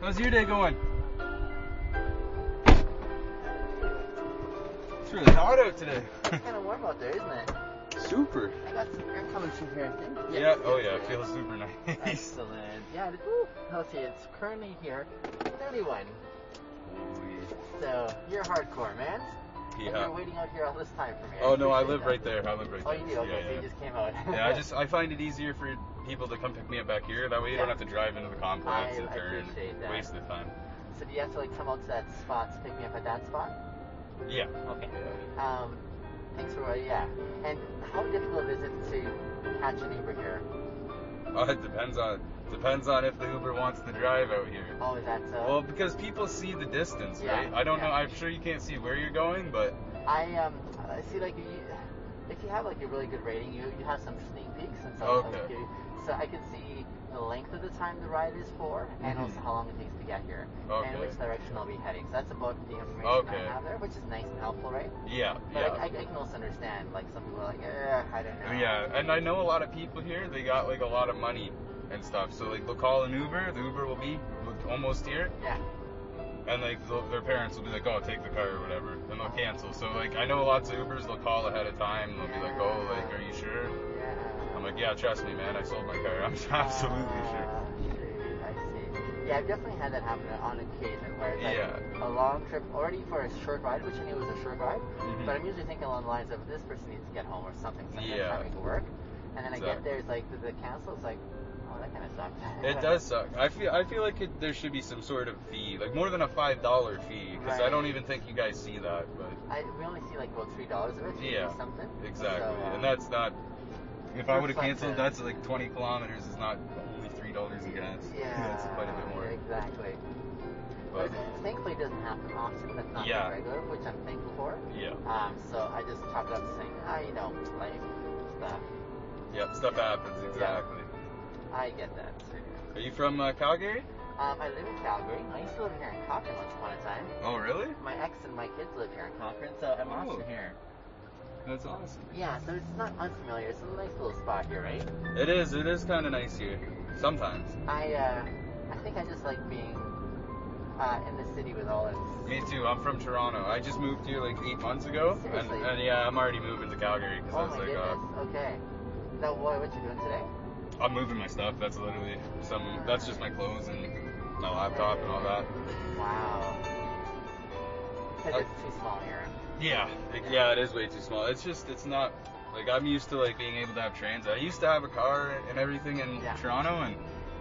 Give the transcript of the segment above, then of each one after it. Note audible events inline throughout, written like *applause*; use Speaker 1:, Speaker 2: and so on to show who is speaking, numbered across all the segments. Speaker 1: How's your day going? It's really hot out today. *laughs*
Speaker 2: It's kind of warm out there, isn't it?
Speaker 1: super.
Speaker 2: I got some air coming through here, I think.
Speaker 1: Yeah. Oh yeah.
Speaker 2: yes,
Speaker 1: It feels super
Speaker 2: yes.
Speaker 1: nice.
Speaker 2: *laughs* Excellent. Yeah. It, ooh, let's see. It's currently here, 31. So you're hardcore, man.
Speaker 1: Holy-
Speaker 2: And you're
Speaker 1: Yeah.
Speaker 2: waiting out here all this time for me.
Speaker 1: Oh no, I
Speaker 2: appreciate
Speaker 1: live
Speaker 2: that.
Speaker 1: right there. I live right
Speaker 2: Oh,
Speaker 1: there.
Speaker 2: you do? Okay, so
Speaker 1: yeah,
Speaker 2: you
Speaker 1: yeah.
Speaker 2: just came out.
Speaker 1: yeah, I just I find it easier for people to come pick me up back here. That way you don't
Speaker 2: Yeah.
Speaker 1: have to drive into the complex
Speaker 2: I
Speaker 1: and turn
Speaker 2: appreciate that.
Speaker 1: and waste the time.
Speaker 2: *laughs* so do you have to like come out to that spot to pick me up at that spot?
Speaker 1: Yeah.
Speaker 2: Okay.
Speaker 1: Yeah.
Speaker 2: Um, thanks for yeah. And how difficult is it to catch a neighbor here?
Speaker 1: Uh, it depends on depends on if the Uber wants to drive out here.
Speaker 2: Oh, is that so?
Speaker 1: Well, because people see the distance,
Speaker 2: Yeah,
Speaker 1: right? I don't know.
Speaker 2: yeah.
Speaker 1: I'm sure you can't see where you're going, but
Speaker 2: I um I see like you, if you have like a really good rating, you you have some sneak peeks and stuff.
Speaker 1: Okay.
Speaker 2: Like, you, so I can see the length of the time the ride is for, and
Speaker 1: Mhm.
Speaker 2: also how long it takes to get here, and
Speaker 1: Okay.
Speaker 2: which direction I'll be heading. So that's about the information
Speaker 1: Okay.
Speaker 2: I have there, which is nice and helpful, right?
Speaker 1: yeah,
Speaker 2: But I, I,
Speaker 1: yeah,
Speaker 2: I can also understand like some people are like, eh, I don't know.
Speaker 1: yeah. And I know a lot of people here. They got like a lot of money and stuff. So like they'll call an Uber. The Uber will be almost here,
Speaker 2: Yeah.
Speaker 1: and like they'll- their parents will be like, "Oh, take the car or whatever," and they'll cancel. So like I know lots of Ubers. They'll call ahead of time. They'll be like, "Oh, like, are you sure?"
Speaker 2: Yeah.
Speaker 1: I'm like, *laughs* "Yeah, trust me, man. I sold my car. *laughs* I'm absolutely sure."
Speaker 2: Ah, shoot, I see. Yeah, I've definitely had that happen on occasion where it's like
Speaker 1: Yeah.
Speaker 2: a long trip already for a short ride, which I knew was a short ride,
Speaker 1: Mhm.
Speaker 2: but I'm usually thinking along the lines of this person needs to get home or something, so I'm gonna
Speaker 1: Yeah.
Speaker 2: try to make it work. And then I get
Speaker 1: Exactly.
Speaker 2: there, it's like the, the cancel, it's like, oh, that kind of sucks.
Speaker 1: It does suck. I feel I feel like it, there should be some sort of fee, like more than a five dollar fee, because I don't
Speaker 2: Right.
Speaker 1: even think you guys see that. But
Speaker 2: *laughs* I, we only see like about three dollars of it, maybe
Speaker 1: Yeah,
Speaker 2: something.
Speaker 1: exactly,
Speaker 2: So, uh,
Speaker 1: and that's not. If I would
Speaker 2: looks
Speaker 1: have
Speaker 2: like
Speaker 1: canceled,
Speaker 2: the-
Speaker 1: that's like twenty kilometers is not only three dollars in gas. *laughs*
Speaker 2: Yeah,
Speaker 1: that's quite a bit more.
Speaker 2: Exactly.
Speaker 1: But
Speaker 2: But, thankfully, it doesn't happen often. That's not
Speaker 1: Yeah.
Speaker 2: that regular, which I'm thankful for.
Speaker 1: yeah,
Speaker 2: Um, so I just chopped it up saying, I you know, like stuff.
Speaker 1: yeah, stuff happens. Exactly.
Speaker 2: I get that.
Speaker 1: Are you from uh, Calgary?
Speaker 2: Um, I live in Calgary. I used to live here in Cochrane once upon a time.
Speaker 1: Oh, really?
Speaker 2: My ex and my kids live here in Cochrane, so I'm
Speaker 1: Oh.
Speaker 2: often here.
Speaker 1: That's awesome.
Speaker 2: Yeah, so it's not unfamiliar. It's a nice little spot here, right?
Speaker 1: It is. It is kind of nice here. Sometimes.
Speaker 2: I uh, I think I just like being uh, in the city with all its.
Speaker 1: Me too. I'm from Toronto. I just moved here like eight months ago, and,
Speaker 2: Seriously?
Speaker 1: and yeah, I'm already moving to Calgary because I
Speaker 2: Oh
Speaker 1: was
Speaker 2: my
Speaker 1: like, uh,
Speaker 2: goodness. Okay. Now, what what you doing today?
Speaker 1: I'm moving my stuff. That's literally some. That's just my clothes and my laptop and all that.
Speaker 2: Wow. Because
Speaker 1: I-
Speaker 2: it's too small here.
Speaker 1: Yeah, it, yeah, it is way too small. It's just, it's not. Like I'm used to like being able to have trains. I used to have a car and everything in
Speaker 2: Yeah.
Speaker 1: Toronto, and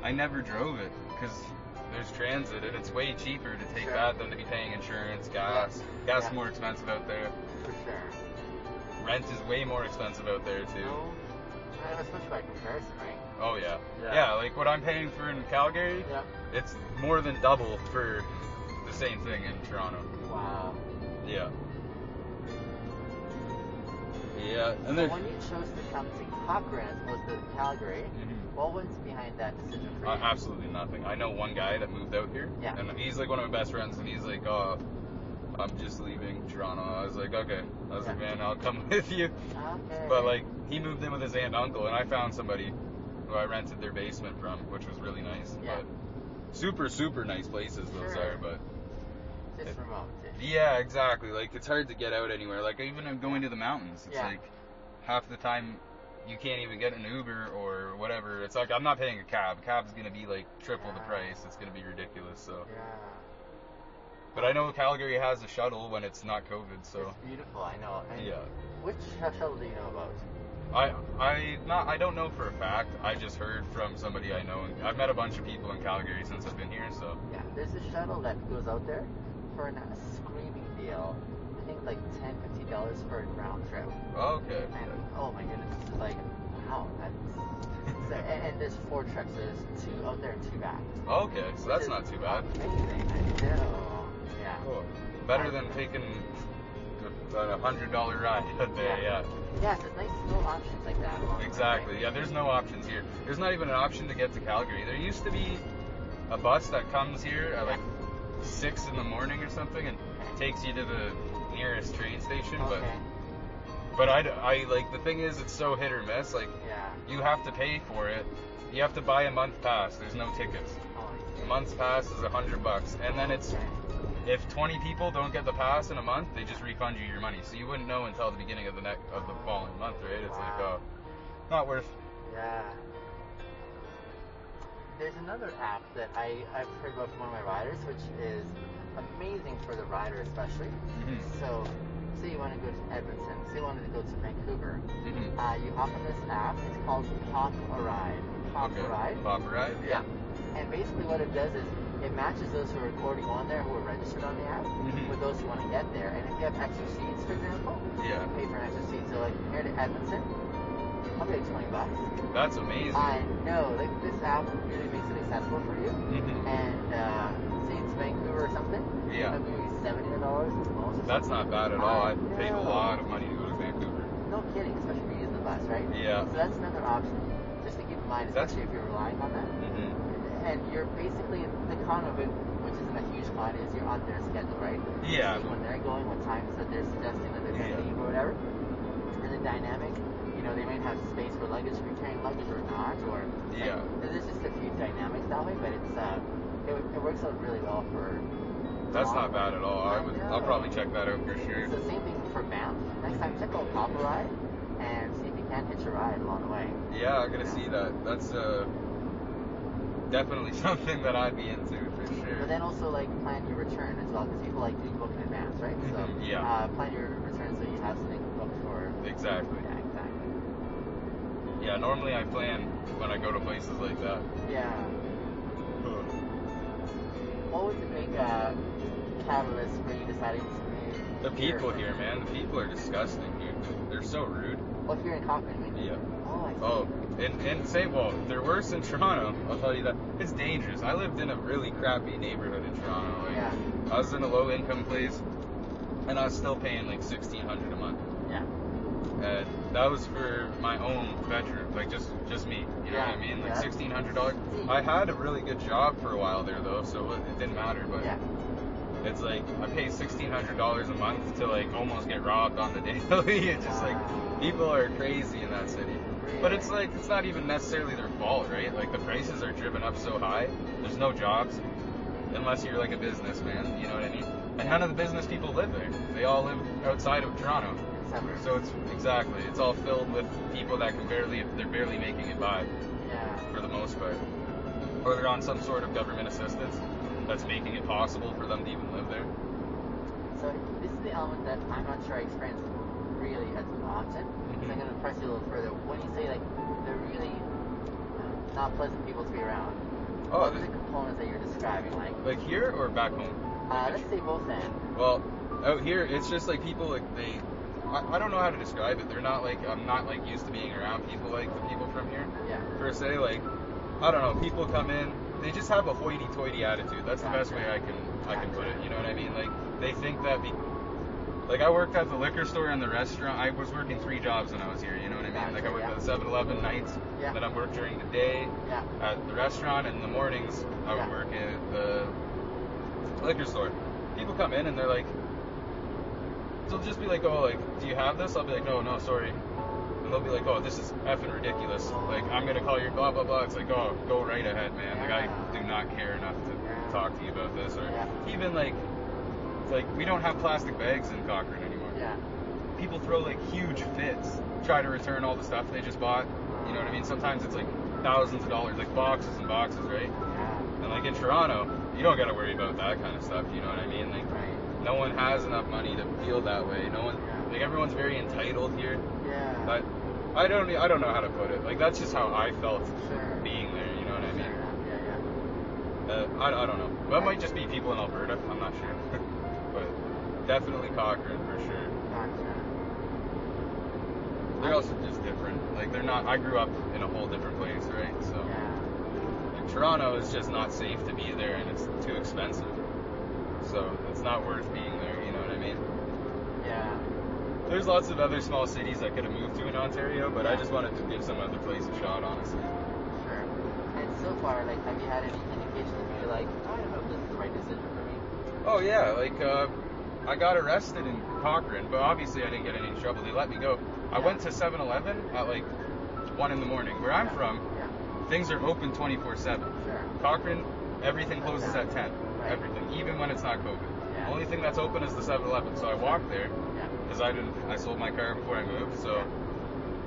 Speaker 1: I never drove it because there's transit and it's way cheaper to take
Speaker 2: Sure.
Speaker 1: that than to be paying insurance, gas. Gas
Speaker 2: Yeah.
Speaker 1: more expensive out there.
Speaker 2: For sure.
Speaker 1: Rent is way more expensive out there too.
Speaker 2: No, I don't know, especially by comparison, right?
Speaker 1: Oh yeah.
Speaker 2: Yeah.
Speaker 1: yeah, Like what I'm paying for in Calgary,
Speaker 2: Yeah.
Speaker 1: it's more than double for the same thing in Toronto.
Speaker 2: Wow.
Speaker 1: Yeah. Yeah, and
Speaker 2: So
Speaker 1: there's.
Speaker 2: when you chose to come to Cochrane as opposed to Calgary,
Speaker 1: Mhm.
Speaker 2: what went behind that decision for you?
Speaker 1: Uh, absolutely nothing. I know one guy that moved out here,
Speaker 2: Yeah.
Speaker 1: and he's like one of my best friends, and he's like, "Oh, I'm just leaving Toronto." I was like, "Okay." I was like,
Speaker 2: Yeah.
Speaker 1: "Man, I'll come *laughs* with you."
Speaker 2: Okay.
Speaker 1: But like, he moved in with his aunt and uncle, and I found somebody who I rented their basement from, which was really nice.
Speaker 2: Yeah.
Speaker 1: But super, super nice places those
Speaker 2: Sure.
Speaker 1: are, but
Speaker 2: just remote. ish.
Speaker 1: yeah, exactly. Like it's hard to get out anywhere. Like even if going to the mountains, it's
Speaker 2: Yeah.
Speaker 1: like half the time you can't even get an Uber or whatever. It's like I'm not paying a cab. A cab's gonna be like triple the
Speaker 2: Yeah.
Speaker 1: price. It's gonna be ridiculous. So,
Speaker 2: Yeah.
Speaker 1: but I know Calgary has a shuttle when it's not COVID. So
Speaker 2: It's beautiful. I know. And
Speaker 1: yeah,
Speaker 2: Which shuttle do you know about?
Speaker 1: I I not I don't know for a fact. I just heard from somebody I know. I've met a bunch of people in Calgary since I've been here. So
Speaker 2: Yeah. There's a shuttle that goes out there for an- a screaming deal. I think like ten, fifty dollars for a round trip.
Speaker 1: okay.
Speaker 2: *laughs* And oh my goodness, it's just like wow. That's, so, and, and there's four trips. There's two out there and two back.
Speaker 1: Okay, so that's
Speaker 2: Which
Speaker 1: not
Speaker 2: is
Speaker 1: too bad.
Speaker 2: Amazing. I know. Yeah.
Speaker 1: Cool. Better than taking a hundred dollar ride a day. Yeah.
Speaker 2: Yes, it's nice to know options like that. along the way.
Speaker 1: Exactly. Yeah, there's no options here. There's not even an option to get to Calgary. There used to be a bus that comes here at like six in the morning or something and takes you to the nearest train station.
Speaker 2: Okay.
Speaker 1: But but I, d- I- like the thing is it's so hit or miss. Like
Speaker 2: Yeah.
Speaker 1: you have to pay for it. You have to buy a month pass. There's no tickets.
Speaker 2: Oh, I see.
Speaker 1: month's pass is a hundred bucks, and then it's if 20 people don't get the pass in a month, they just refund you your money. So you wouldn't know until the beginning of the next of the following month, right? It's like, oh,
Speaker 2: Wow.
Speaker 1: not worth.
Speaker 2: Yeah. There's another app that I, I've heard about from one of my riders, which is amazing for the rider especially.
Speaker 1: Mhm.
Speaker 2: So, say you want to go to Edmonton, say you wanted to go to Vancouver,
Speaker 1: Mhm.
Speaker 2: uh, you hop on this app. It's called Pop a Ride. Pop a Ride.
Speaker 1: Pop ride.
Speaker 2: Yeah. And basically, what it does is it matches those who are recording on there, who are registered on the app,
Speaker 1: Mhm.
Speaker 2: with those who want to get there. And if you have extra seats, for example,
Speaker 1: Yeah.
Speaker 2: you pay for an extra seat. So, like, here to Edmonton, probably like 20 bucks.
Speaker 1: That's amazing.
Speaker 2: I know, like, this app really makes it accessible for you.
Speaker 1: Mhm.
Speaker 2: And, uh, say it's Vancouver or something,
Speaker 1: Yeah.
Speaker 2: like maybe $70 at the most.
Speaker 1: That's not bad at all. I
Speaker 2: I
Speaker 1: paid a
Speaker 2: know.
Speaker 1: lot of money to go to Vancouver.
Speaker 2: No kidding, especially if you're using the bus, right?
Speaker 1: Yeah.
Speaker 2: So that's another option, just to keep in mind,
Speaker 1: That's-
Speaker 2: especially if you're relying on that.
Speaker 1: Mhm.
Speaker 2: And you're basically the con of it, which isn't a huge con, is you're on their schedule, right?
Speaker 1: Yeah.
Speaker 2: You see when they're going, what times that they're suggesting that they're going
Speaker 1: Yeah.
Speaker 2: to leave or whatever. And the dynamic, you know, they might have space for luggage if you're carrying luggage or not, or like,
Speaker 1: Yeah.
Speaker 2: there's just a few dynamics that way, but it's uh, it, it works out really well for.
Speaker 1: That's not bad at all. I
Speaker 2: I
Speaker 1: would.
Speaker 2: know.
Speaker 1: I'll probably check that out for sure.
Speaker 2: It's the same thing for Banff. Next time, check out Papa Ride and see if you can't hitch a ride along the way.
Speaker 1: Yeah, I'm gonna see that. That's uh, definitely *laughs* something that I'd be into for
Speaker 2: But
Speaker 1: sure.
Speaker 2: then also like plan your return as well, because people like to book in advance, right? So
Speaker 1: Mhm, yeah.
Speaker 2: uh, plan your return so you have something booked for.
Speaker 1: Exactly.
Speaker 2: Yeah, exactly.
Speaker 1: Yeah, normally I plan when I go to places like that.
Speaker 2: Yeah. What was the big uh, catalyst for you deciding to move?
Speaker 1: The people here, man, the people are disgusting, dude. They're so rude.
Speaker 2: Well, here in Cochrane. I mean.
Speaker 1: Yeah.
Speaker 2: Oh, I see.
Speaker 1: Oh, and and say, well, they're worse in Toronto. I'll tell you that. It's dangerous. I lived in a really crappy neighborhood in Toronto. Like,
Speaker 2: Yeah.
Speaker 1: I was in a low income place, and I was still paying like sixteen hundred a month.
Speaker 2: Yeah.
Speaker 1: And that was for my own bedroom, like just just me. You know
Speaker 2: Yeah,
Speaker 1: what I mean? Like
Speaker 2: yeah.
Speaker 1: sixteen hundred dollars. I had a really good job for a while there though, so it, it didn't matter. But
Speaker 2: Yeah.
Speaker 1: it's like I pay sixteen hundred dollars a month to like almost get robbed on the *laughs* daily. it's just like
Speaker 2: Wow.
Speaker 1: people are crazy in that city. But it's like it's not even necessarily their fault, right? Like the prices are driven up so high. There's no jobs unless you're like a businessman. You know what I mean? And none of the business people live there. They all live outside of Toronto.
Speaker 2: Suburbs.
Speaker 1: So it's exactly it's all filled with people that can barely they're barely making it by
Speaker 2: yeah.
Speaker 1: for the most part, or they're on some sort of government assistance that's making it possible for them to even live there.
Speaker 2: So this is the element that I'm not sure I experience really as often. So
Speaker 1: Mm-hmm.
Speaker 2: I'm gonna press you a little further. When you say like they're really uh, not pleasant people to be around,
Speaker 1: Oh,
Speaker 2: what are the
Speaker 1: th-
Speaker 2: components that you're describing? Like,
Speaker 1: like here or back home?
Speaker 2: uh, let's say both end.
Speaker 1: Well, out here it's just like people like they. I, I don't know how to describe it. They're not like I'm not like used to being around people like the people from here
Speaker 2: Yeah.
Speaker 1: per se. Like I don't know, people come in, they just have a hoity-toity attitude. That's the best way I can I can put it. You know what I mean? Like they think that be. Like I worked at the liquor store and the restaurant. I was working three jobs when I was here. You know what I mean? Like I worked at the 7-Eleven nights.
Speaker 2: Yeah.
Speaker 1: Then I worked during the day
Speaker 2: Yeah.
Speaker 1: at the restaurant and in the mornings I would
Speaker 2: Yeah.
Speaker 1: work at the liquor store. People come in and they're like they'll just be like, Oh like, do you have this? I'll be like, No, no, sorry. And they'll be like, Oh, this is effing ridiculous. Like I'm gonna call your blah blah blah. It's like, Oh, go right ahead, man. Like I do not care enough to talk to you about this or
Speaker 2: Yeah.
Speaker 1: even like it's like we don't have plastic bags in Cochrane anymore.
Speaker 2: Yeah.
Speaker 1: People throw like huge fits, try to return all the stuff they just bought. You know what I mean? Sometimes it's like thousands of dollars, like boxes and boxes, right?
Speaker 2: Yeah.
Speaker 1: And like in Toronto, you don't gotta worry about that kind of stuff, you know what I mean? Like
Speaker 2: Right.
Speaker 1: no one has enough money to feel that way. No one like everyone's very entitled here.
Speaker 2: Yeah.
Speaker 1: But I don't e, I don't know how to put it. Like that's just how I felt
Speaker 2: sure.
Speaker 1: being there, you know what I
Speaker 2: Fair
Speaker 1: mean?
Speaker 2: enough. Yeah,
Speaker 1: Uh,
Speaker 2: yeah.
Speaker 1: I, I don't know. That might just be people in Alberta, I'm not sure. *laughs* but definitely Cochrane for sure.
Speaker 2: Gotcha.
Speaker 1: They're also just different. Like they're not I grew up in a whole different place, right? So
Speaker 2: Yeah.
Speaker 1: Like, Toronto is just not safe to be there and it's too expensive. So it's not worth being there, you know what I mean?
Speaker 2: Yeah.
Speaker 1: There's lots of other small cities I could have moved to in Ontario, but I just wanted to give some other place a shot, honestly.
Speaker 2: Sure. And so far, like, have you had any indications that you're like, "Oh, I don't know if this is the right decision for me?
Speaker 1: Oh, yeah, like, uh, I got arrested in Cochrane, but obviously I didn't get in any trouble. They let me go. I went to 7 Eleven at like 1 in the morning. Where I'm from,
Speaker 2: Yeah.
Speaker 1: things are open 24 7.
Speaker 2: Sure.
Speaker 1: Cochrane, Everything closes at 10.
Speaker 2: Right.
Speaker 1: Everything, even when it's not COVID.
Speaker 2: Yeah.
Speaker 1: The only thing that's open is the 7-Eleven. So I walked there
Speaker 2: Yeah.
Speaker 1: because I didn't. I sold my car before I moved. So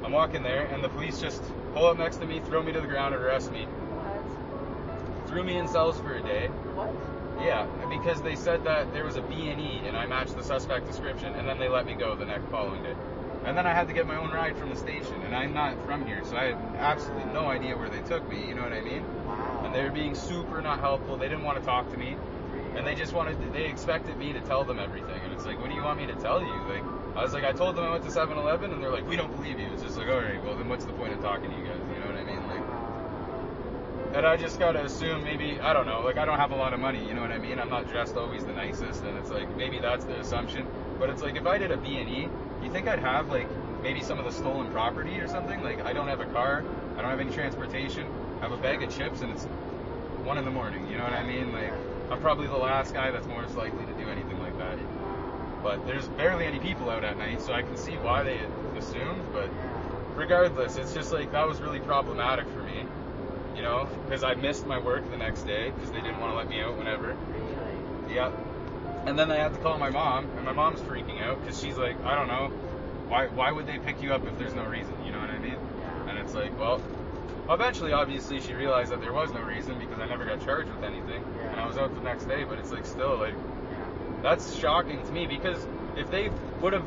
Speaker 1: I'm walking there, and the police just pull up next to me, throw me to the ground, and arrest me. Threw me in cells for a day.
Speaker 2: What?
Speaker 1: Yeah, because they said that there was a B and E, and I matched the suspect description, and then they let me go the next following day. And then I had to get my own ride from the station, and I'm not from here, so I had absolutely no idea where they took me. You know what I mean?
Speaker 2: Wow.
Speaker 1: And they were being super not helpful. They didn't want to talk to me, and they just wanted they expected me to tell them everything. And it's like, what do you want me to tell you? Like, I was like, I told them I went to 7-Eleven, and they're like, we don't believe you. It's just like, all right, well then what's the point of talking to you guys? You know what I mean? Like. And I just gotta assume maybe I don't know, like I don't have a lot of money, you know what I mean? I'm not dressed always the nicest, and it's like maybe that's the assumption. But it's like if I did a B and E, you think I'd have like maybe some of the stolen property or something? Like I don't have a car, I don't have any transportation, I have a bag of chips, and it's one in the morning. You know what I mean? Like I'm probably the last guy that's most likely to do anything like that. But there's barely any people out at night, so I can see why they assumed, but regardless, it's just like that was really problematic for me, you know, because I missed my work the next day because they didn't want to let me out whenever.
Speaker 2: Really?
Speaker 1: Yeah. And then I had to call my mom, and my mom's freaking out because she's like, I don't know, why why would they pick you up if there's no reason? You know what I mean?
Speaker 2: Yeah.
Speaker 1: And it's like, well, eventually, obviously, she realized that there was no reason because I never got charged with anything,
Speaker 2: Yeah.
Speaker 1: and I was out the next day. But it's like still like
Speaker 2: Yeah.
Speaker 1: that's shocking to me because if they would have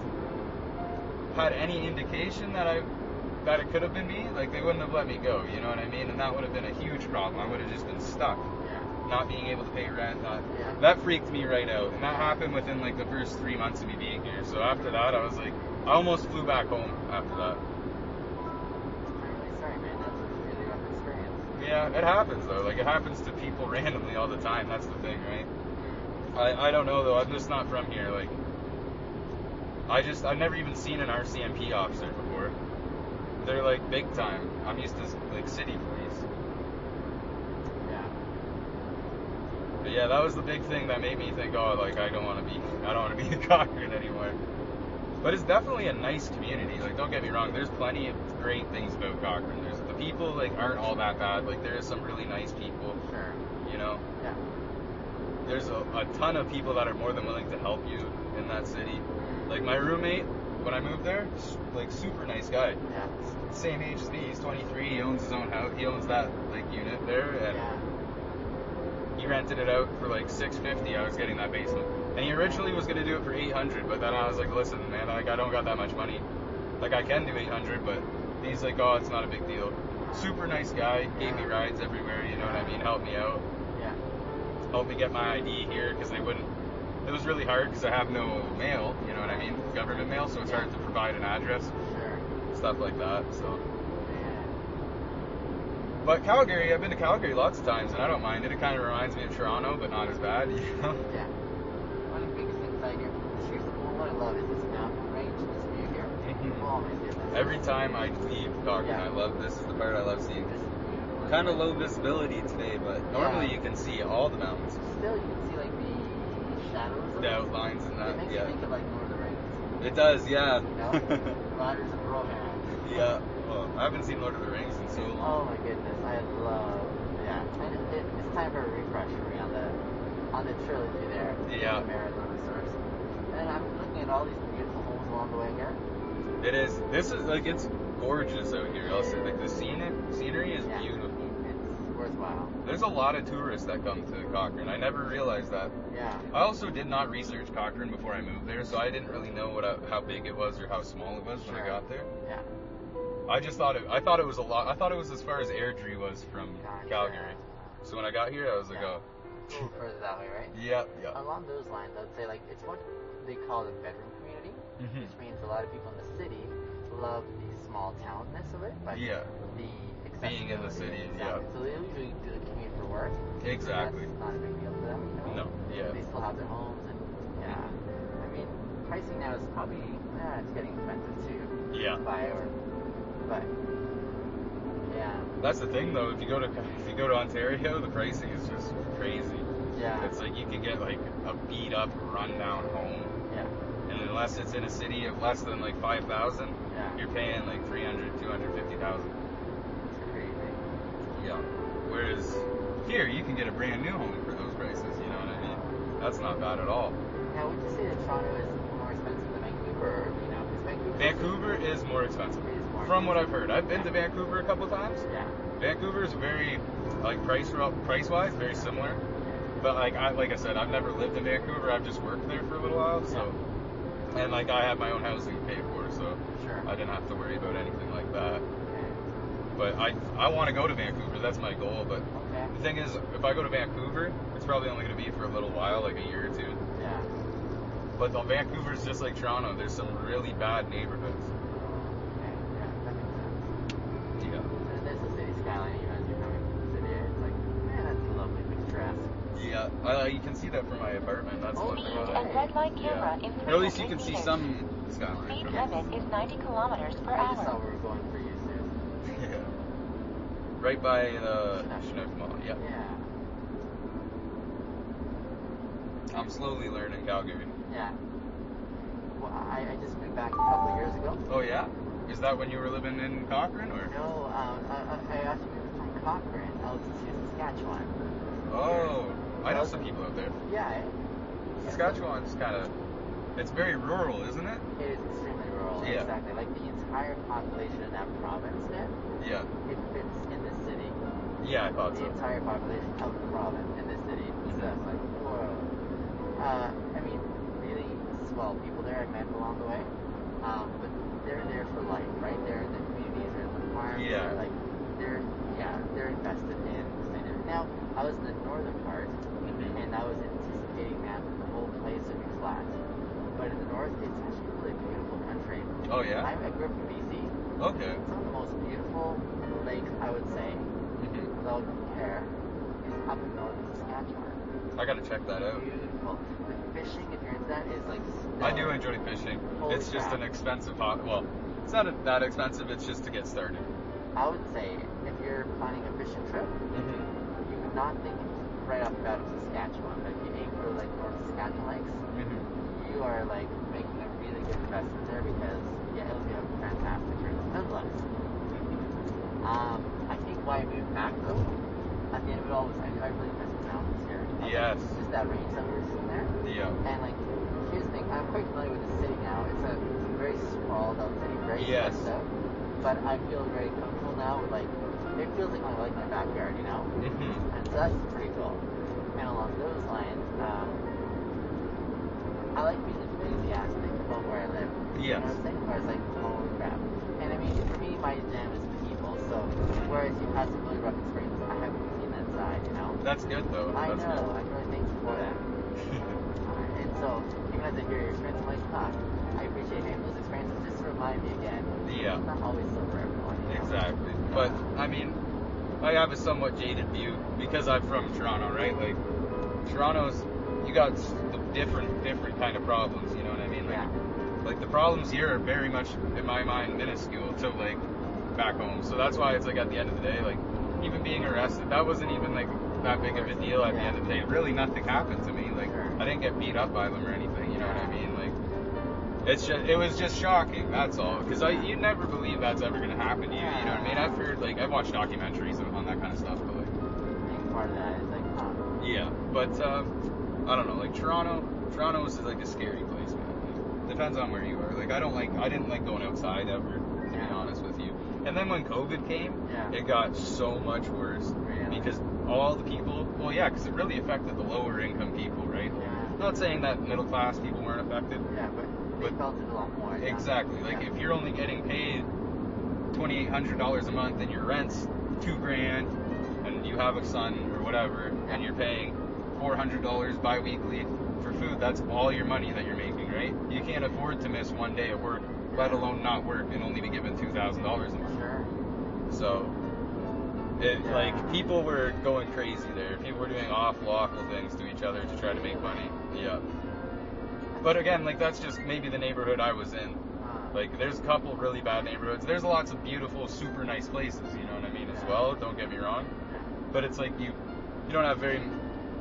Speaker 1: had any indication that I that it could have been me, like they wouldn't have let me go. You know what I mean? And that would have been a huge problem. I would have just been stuck,
Speaker 2: Yeah.
Speaker 1: not being able to pay rent. Not
Speaker 2: Yeah.
Speaker 1: that freaked me right out, and that happened within like the first three months of me being here. So after that, I was like, I almost flew back home after that.
Speaker 2: I'm really sorry, man. That's a really rough experience.
Speaker 1: Yeah, it happens though. Like it happens to people *laughs* randomly all the time. That's the thing, right? I, I don't know though. I'm just not from here. Like, I just I've never even seen an RCMP officer before. They're like big time. I'm used to like city police.
Speaker 2: Yeah.
Speaker 1: But yeah, that was the big thing that made me think, oh, like I don't want to be *laughs* I don't want to be in Cochrane anymore. But it's definitely a nice community. Like, don't get me wrong. There's plenty of great things about Cochrane. There's the people like aren't all that bad. Like there is some really nice people.
Speaker 2: Sure.
Speaker 1: You know.
Speaker 2: Yeah.
Speaker 1: there's a, a ton of people that are more than willing to help you in that city. Like my roommate, when I moved there, s- like super nice guy.
Speaker 2: Yeah.
Speaker 1: Same age as me, he's 23. He owns his own house. He owns that like unit there,
Speaker 2: Yeah.
Speaker 1: and he rented it out for like 650. I was getting that basement, and he originally was gonna do it for 800, but then I was like, listen, man, like I don't got that much money. Like I can do 800, but he's like, oh, it's not a big deal. Super nice guy. Gave me rides everywhere. You know what I mean? Helped me out
Speaker 2: Yeah.
Speaker 1: helped me get my ID here because they wouldn't. It was really hard because I have no mail, you know what I mean? Government mail, so it's hard to provide an address,
Speaker 2: Sure.
Speaker 1: stuff like that. So,
Speaker 2: Yeah.
Speaker 1: but Calgary, I've been to Calgary lots of times and I don't mind it. It kind of reminds me of Toronto, but not as bad, *laughs* you know?
Speaker 2: Yeah. One of the biggest things I hear, here's the one I love is this mountain range, this Oh, view here.
Speaker 1: Mhm.
Speaker 2: You always hear this.
Speaker 1: Every time I leave Calgary, I love this is the part I love seeing.
Speaker 2: This view.
Speaker 1: Kind of low visibility today, but normally
Speaker 2: Yeah.
Speaker 1: you can see all the mountains,
Speaker 2: Still, you can see like the shadows. of
Speaker 1: the
Speaker 2: it.
Speaker 1: outlines and
Speaker 2: It
Speaker 1: that.
Speaker 2: makes you
Speaker 1: Yeah,
Speaker 2: think of like Lord of the Rings.
Speaker 1: it does. Yeah.
Speaker 2: You know, Riders of Rohan.
Speaker 1: *laughs* yeah. Well, I haven't seen Lord of the Rings in so long.
Speaker 2: Oh my goodness, I love. Yeah, and it, it, it's time for a refresh for me on the on the trilogy there.
Speaker 1: Yeah.
Speaker 2: The Marathon Resource. And I'm looking at all these beautiful homes along the way here.
Speaker 1: It is. This is like it's gorgeous out here. Also, like the scenery, scenery is
Speaker 2: Yeah.
Speaker 1: beautiful.
Speaker 2: It's worthwhile.
Speaker 1: There's a lot of tourists that come to Cochrane. I never realized that.
Speaker 2: Yeah.
Speaker 1: I also did not research Cochrane before I moved there, so I didn't really know what I, how big it was or how small it was when I
Speaker 2: Sure.
Speaker 1: got there.
Speaker 2: Yeah.
Speaker 1: I just thought it. I thought it was a lot. I thought it was as far as Airdrie was from
Speaker 2: Gotcha.
Speaker 1: Calgary. So when I got here, I was like,
Speaker 2: Yeah. Oh.
Speaker 1: oh,
Speaker 2: A little further that way, right?
Speaker 1: yeah, yeah.
Speaker 2: Along those lines, I would say like it's what they call the bedroom community,
Speaker 1: Mhm.
Speaker 2: which means a lot of people in the city love the small townness of it, but
Speaker 1: Yeah,
Speaker 2: the
Speaker 1: Being in the
Speaker 2: accessibility,
Speaker 1: city,
Speaker 2: exactly. So they usually do the commute for work. so
Speaker 1: exactly.
Speaker 2: That's not a big deal for them. You
Speaker 1: No,
Speaker 2: know?
Speaker 1: yeah.
Speaker 2: They still have their homes and yeah. I mean, pricing now is probably eh, it's getting expensive too.
Speaker 1: Yeah.
Speaker 2: To buy or but yeah,
Speaker 1: That's the thing though. If you go to if you go to Ontario, the pricing is just crazy.
Speaker 2: yeah,
Speaker 1: It's like you can get like a beat up, rundown home,
Speaker 2: yeah,
Speaker 1: and unless it's in a city of less than like 5,000,
Speaker 2: yeah.
Speaker 1: you're paying like 300, 250,000.
Speaker 2: It's crazy.
Speaker 1: Yeah. Whereas here, you can can get a brand new home for those prices. You know what I mean? That's not bad at all.
Speaker 2: Now, would you say that Toronto is more expensive than Vancouver? Or, you know, is Vancouver?
Speaker 1: Vancouver is more expensive.
Speaker 2: It is more
Speaker 1: From what I've
Speaker 2: expensive.
Speaker 1: heard, I've been to Vancouver a couple times.
Speaker 2: Yeah.
Speaker 1: Vancouver is very, like price price wise, very similar. But like I like I said, I've never lived in Vancouver. I've just worked there for a little while. So, and like I have my own housing paid for, so
Speaker 2: Sure.
Speaker 1: I didn't have to worry about anything like that.
Speaker 2: Okay.
Speaker 1: But I I want to go to Vancouver. That's my goal. But
Speaker 2: Okay.
Speaker 1: the thing is, if I go to Vancouver, it's probably only going to be for a little while, like a year or two.
Speaker 2: Yeah.
Speaker 1: But the Vancouver's just like Toronto. There's some really bad neighborhoods.
Speaker 2: Okay. Yeah, that makes sense.
Speaker 1: Yeah.
Speaker 2: And there's the city skyline even as you're coming from the city. It's like, man, that's lovely, picturesque.
Speaker 1: Yeah. Uh, you can see that from my apartment. That's
Speaker 2: Oh,
Speaker 1: what
Speaker 2: yeah.
Speaker 1: I
Speaker 3: A red light camera
Speaker 1: Yeah.
Speaker 3: in
Speaker 1: Or at least you
Speaker 3: 300
Speaker 1: can see
Speaker 3: meters.
Speaker 1: some skyline.
Speaker 3: Speed
Speaker 1: *laughs* from it.
Speaker 3: limit is 90 kilometers per
Speaker 2: I just saw
Speaker 3: hour.
Speaker 2: where we're going for you, Sue.
Speaker 1: Yeah. Right by the Chinook Mall. Yeah.
Speaker 2: Yeah.
Speaker 1: I'm slowly learning Calgary.
Speaker 2: Yeah. Well, I, I just moved back a couple of years ago.
Speaker 1: Oh yeah. Is that when you were living in Cochrane or?
Speaker 2: No, um, I, I- I actually moved from Cochrane out to Saskatchewan.
Speaker 1: Oh, I know some people out there.
Speaker 2: Yeah, it-
Speaker 1: Saskatchewan's kind of. It's very rural, isn't it?
Speaker 2: it is extremely rural.
Speaker 1: Yeah.
Speaker 2: Exactly. Like the entire population in that province there,
Speaker 1: Yeah.
Speaker 2: it fits in the city.
Speaker 1: Yeah, I thought
Speaker 2: The
Speaker 1: so.
Speaker 2: entire population of the province in the city. So it's like, whoa. Uh, I mean, really swell people there I met along the way. Um, but they're there for life, right? They're in the communities, they're in the farms,
Speaker 1: Yeah.
Speaker 2: they're like, they're, yeah, they're invested in. sustainability. Now, I was in the northern part,
Speaker 1: Mhm.
Speaker 2: and I was anticipating that the whole place would be flat. But in the north, it's actually a really beautiful country.
Speaker 1: Oh yeah.
Speaker 2: I'm, I grew up in BC.
Speaker 1: Okay.
Speaker 2: Some of the most beautiful lakes, I would say,
Speaker 1: Mhm.
Speaker 2: without compare, is up in northern Saskatchewan.
Speaker 1: I gotta check that out.
Speaker 2: Beautiful. The fishing, if you're into that, is like
Speaker 1: I do
Speaker 2: stellar.
Speaker 1: enjoy fishing.
Speaker 2: Holy
Speaker 1: It's just
Speaker 2: crap.
Speaker 1: an expensive hobby. Well, it's not that expensive. It's just to get started.
Speaker 2: I would say if you're planning a fishing trip,
Speaker 1: Mm-hmm.
Speaker 2: you would not think right off the bat of Saskatchewan, but if you aim for like North Saskatchewan lakes,
Speaker 1: Mm-hmm.
Speaker 2: you are like making a really good investment there because yeah, it'll be a fantastic trip nonetheless. Um, I think why I moved back though, at the end of it all was I, I really miss the mountains here. Like,
Speaker 1: Yes.
Speaker 2: Just that range that we were sitting there.
Speaker 1: Yeah.
Speaker 2: And like, here's the thing, I'm quite familiar with the city now. It's a very sprawled out city, very
Speaker 1: Yes.
Speaker 2: spread out. But I feel very comfortable now with like, it feels like my, like my backyard, you know?
Speaker 1: Mm-hmm.
Speaker 2: And so that's pretty cool. And along those lines, um, I like being enthusiastic about where I live.
Speaker 1: Yes.
Speaker 2: You know what I'm saying? Where it's like, holy crap. And I mean, for me, my jam is people. So whereas you've had some really rough experiences, I haven't seen that side, you know?
Speaker 1: That's good *laughs* though.
Speaker 2: I
Speaker 1: Oh, That's
Speaker 2: know. I'm really thankful for that.
Speaker 1: Good.
Speaker 2: And so, even as I hear your experience, I'm like, huh, I appreciate hearing those experiences just to remind me again.
Speaker 1: yeah.
Speaker 2: It's not always so for everyone. You know?
Speaker 1: Exactly. But I mean, I have a somewhat jaded view because I'm from Toronto, right? Like Toronto's you got s- the different different kind of problems, you know what I mean? Like
Speaker 2: Yeah.
Speaker 1: like the problems here are very much in my mind minuscule to like back home. So that's why it's like at the end of the day, like even being arrested, that wasn't even like that big of a deal at the end of the day. Really nothing happened to me. Like I didn't get beat up by them or anything, you know what I mean? Like it's just it was just shocking. That's all. Because I you never believe that's ever gonna happen to you. You know what I mean? I've heard like I've watched documentaries on, on that kind of stuff, but like
Speaker 2: I think part of that is like, huh,
Speaker 1: yeah. But um, I don't know. Like Toronto, Toronto is like a scary place. Man. Like, depends on where you are. Like I don't like I didn't like going outside ever. To be
Speaker 2: Yeah.
Speaker 1: honest with you. And then when COVID came,
Speaker 2: Yeah.
Speaker 1: it got so much worse
Speaker 2: Really?
Speaker 1: because all the people. Well, yeah, because it really affected the lower income people, right?
Speaker 2: yeah,
Speaker 1: Not saying that middle class people weren't affected.
Speaker 2: yeah, but they
Speaker 1: But-
Speaker 2: felt it a lot more. yeah.
Speaker 1: Exactly. Like
Speaker 2: Yeah.
Speaker 1: if you're only getting paid twenty eight hundred dollars a month and your rent's two grand and you have a son or whatever and you're paying four hundred dollars biweekly for food, that's all your money that you're making, right? You can't afford to miss one day at work, let alone not work and only be given two thousand dollars a month.
Speaker 2: Sure.
Speaker 1: So it
Speaker 2: Yeah.
Speaker 1: like people were going crazy there. People were doing off lawful things to each other to try to make money. Yeah. But again, like that's just maybe the neighborhood I was in.
Speaker 2: Uh,
Speaker 1: Like, there's a couple really bad neighborhoods. There's lots of beautiful, super nice places. You know what I mean? As well. Don't get me wrong. But it's like you, you don't have very,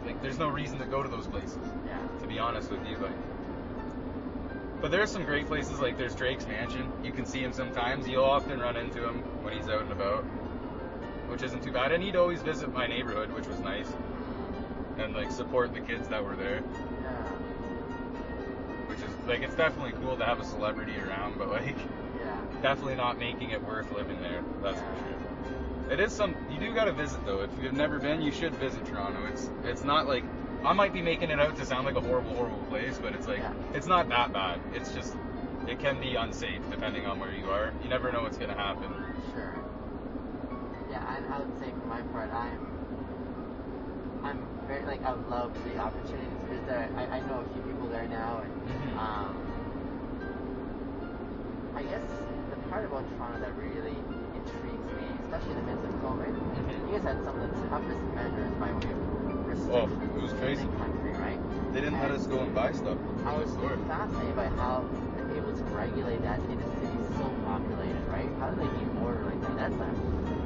Speaker 1: like, there's no reason to go to those places.
Speaker 2: yeah.
Speaker 1: To be honest with you, like. But there's some great places. Like, there's Drake's Mansion. You can see him sometimes. You'll often run into him when he's out and about, which isn't too bad. And he'd always visit my neighborhood, which was nice. and like support the kids that were there,
Speaker 2: Yeah.
Speaker 1: which is like it's definitely cool to have a celebrity around, but like
Speaker 2: Yeah.
Speaker 1: definitely not making it worth living there. That's for sure. It is some you do gotta visit though. If you've never been, you should visit Toronto. It's it's not like I might be making it out to sound like a horrible, horrible place, but it's like
Speaker 2: Yeah.
Speaker 1: it's not that bad. It's just it can be unsafe depending on where you are. You never know what's gonna happen.
Speaker 2: Sure. Yeah, I, I would say for my part, I'm, I'm very like I love the opportunities because there. I, I know a few people there now, and
Speaker 1: Mhm.
Speaker 2: um, I guess the part about Toronto that really intrigues me, especially in the midst of COVID,
Speaker 1: Mhm.
Speaker 2: you guys had some of the toughest measures by way of
Speaker 1: Oh,
Speaker 2: restrictions
Speaker 1: it was
Speaker 2: in
Speaker 1: crazy.
Speaker 2: the country, right?
Speaker 1: They didn't let us go and buy stuff
Speaker 2: I
Speaker 1: from the
Speaker 2: was
Speaker 1: store.
Speaker 2: fascinated by how they're able to regulate that in a city so populated, right? How do they keep order like that? That's not,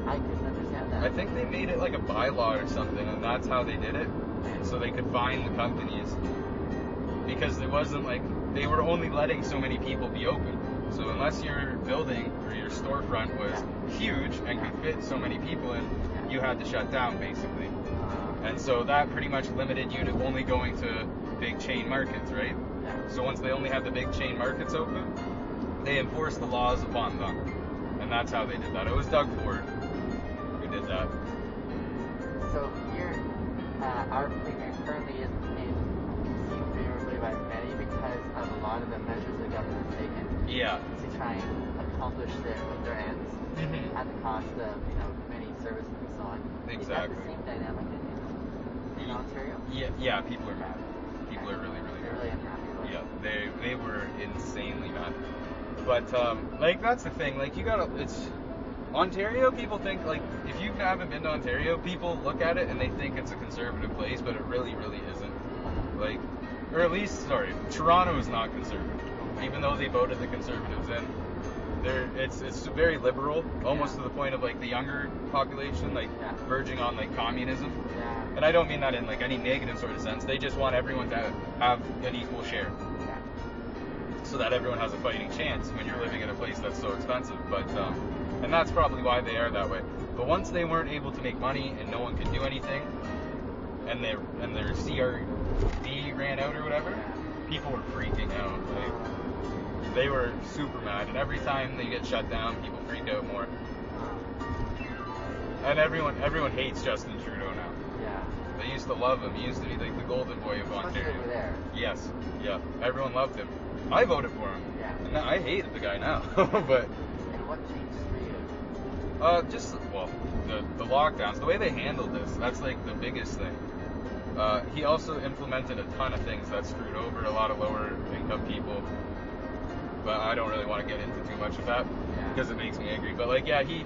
Speaker 2: I couldn't understand that.
Speaker 1: I think they made it like a bylaw or something, and that's how they did it, so they could fine the companies. Because it wasn't like they were only letting so many people be open. So unless your building or your storefront was huge and could fit so many people in, you had to shut down basically.
Speaker 2: Uh,
Speaker 1: And so that pretty much limited you to only going to big chain markets, right?
Speaker 2: yeah.
Speaker 1: So once they only had the big chain markets open, they enforced the laws upon them. And that's how they did that. It was Doug Ford who did that.
Speaker 2: So here, uh, our figure currently is is seen favorably by many because of a lot of the measures the government's taken
Speaker 1: Yeah.
Speaker 2: to try and accomplish their their ends
Speaker 1: *laughs* Mhm.
Speaker 2: at the cost of you know many services and so on. Is that
Speaker 1: Exactly.
Speaker 2: the same dynamic in, in Ontario?
Speaker 1: Yeah, yeah, people are mad. People are really, really
Speaker 2: They're
Speaker 1: mad.
Speaker 2: really unhappy. with it.
Speaker 1: Yeah, they they were insanely mad. But um, like that's the thing. Like you gotta, it's Ontario. People think like if you haven't been to Ontario, people look at it and they think it's a conservative place, but it really, really isn't. Like, or at least sorry, Toronto is not conservative, even though they voted the Conservatives in. They're, it's it's very liberal, almost to the point of like the younger population, like
Speaker 2: Yeah.
Speaker 1: verging on like communism.
Speaker 2: Yeah.
Speaker 1: And I don't mean that in like any negative sort of sense. They just want everyone to have an equal share,
Speaker 2: Yeah.
Speaker 1: so that everyone has a fighting chance when you're living in a place that's so expensive. But um, and that's probably why they are that way. But once they weren't able to make money and no one could do anything, and their and their CRD ran out or whatever, people were freaking out. Like, they were super mad, and every time they get shut down, people freak out more. And everyone everyone hates Justin Trudeau now.
Speaker 2: Yeah.
Speaker 1: They used to love him. He used to be like the golden boy of
Speaker 2: Especially over
Speaker 1: Ontario.
Speaker 2: there.
Speaker 1: Yes, yeah. Everyone loved him. I voted for him.
Speaker 2: Yeah.
Speaker 1: And I hated the guy now. *laughs* but
Speaker 2: And what changed for you?
Speaker 1: uh, just well, the, the lockdowns, the way they handled this, that's like the biggest thing. Uh, he also implemented a ton of things that screwed over a lot of lower income people. But I don't really want to get into too much of that
Speaker 2: Yeah.
Speaker 1: because it makes me angry. But like, yeah, he,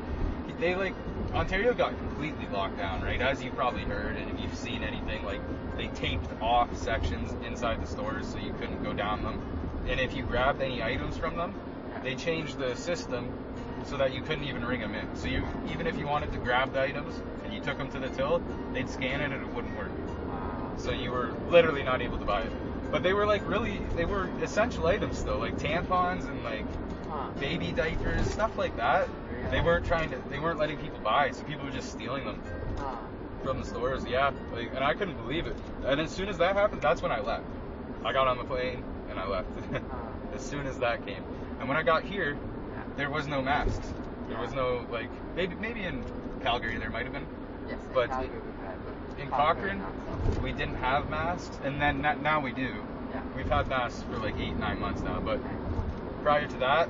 Speaker 1: he they like Ontario got completely locked down, right? As you probably heard, and if you've seen anything, like they taped off sections inside the stores so you couldn't go down them. And if you grabbed any items from them, they changed the system so that you couldn't even ring them in. So you, even if you wanted to grab the items and you took them to the till, they'd scan it and it wouldn't work.
Speaker 2: Wow.
Speaker 1: So you were literally not able to buy it. But they were like really, they were essential items though, like tampons and like
Speaker 2: Huh.
Speaker 1: baby diapers, stuff like that. They
Speaker 2: Yeah.
Speaker 1: weren't trying to, they weren't letting people buy, so people were just stealing them
Speaker 2: Huh.
Speaker 1: from the stores. Yeah, like, and I couldn't believe it. And as soon as that happened, that's when I left. I got on the plane and I left. *laughs* as soon as that came, and when I got here,
Speaker 2: Yeah.
Speaker 1: there was no masks. There was no like maybe maybe in Calgary there might have been.
Speaker 2: Yes, in
Speaker 1: But-
Speaker 2: Calgary we've had, but
Speaker 1: in Cochrane?
Speaker 2: not so.
Speaker 1: We didn't have masks, and then na- now we do.
Speaker 2: Yeah.
Speaker 1: We've had masks for like eight nine months now, but prior to that,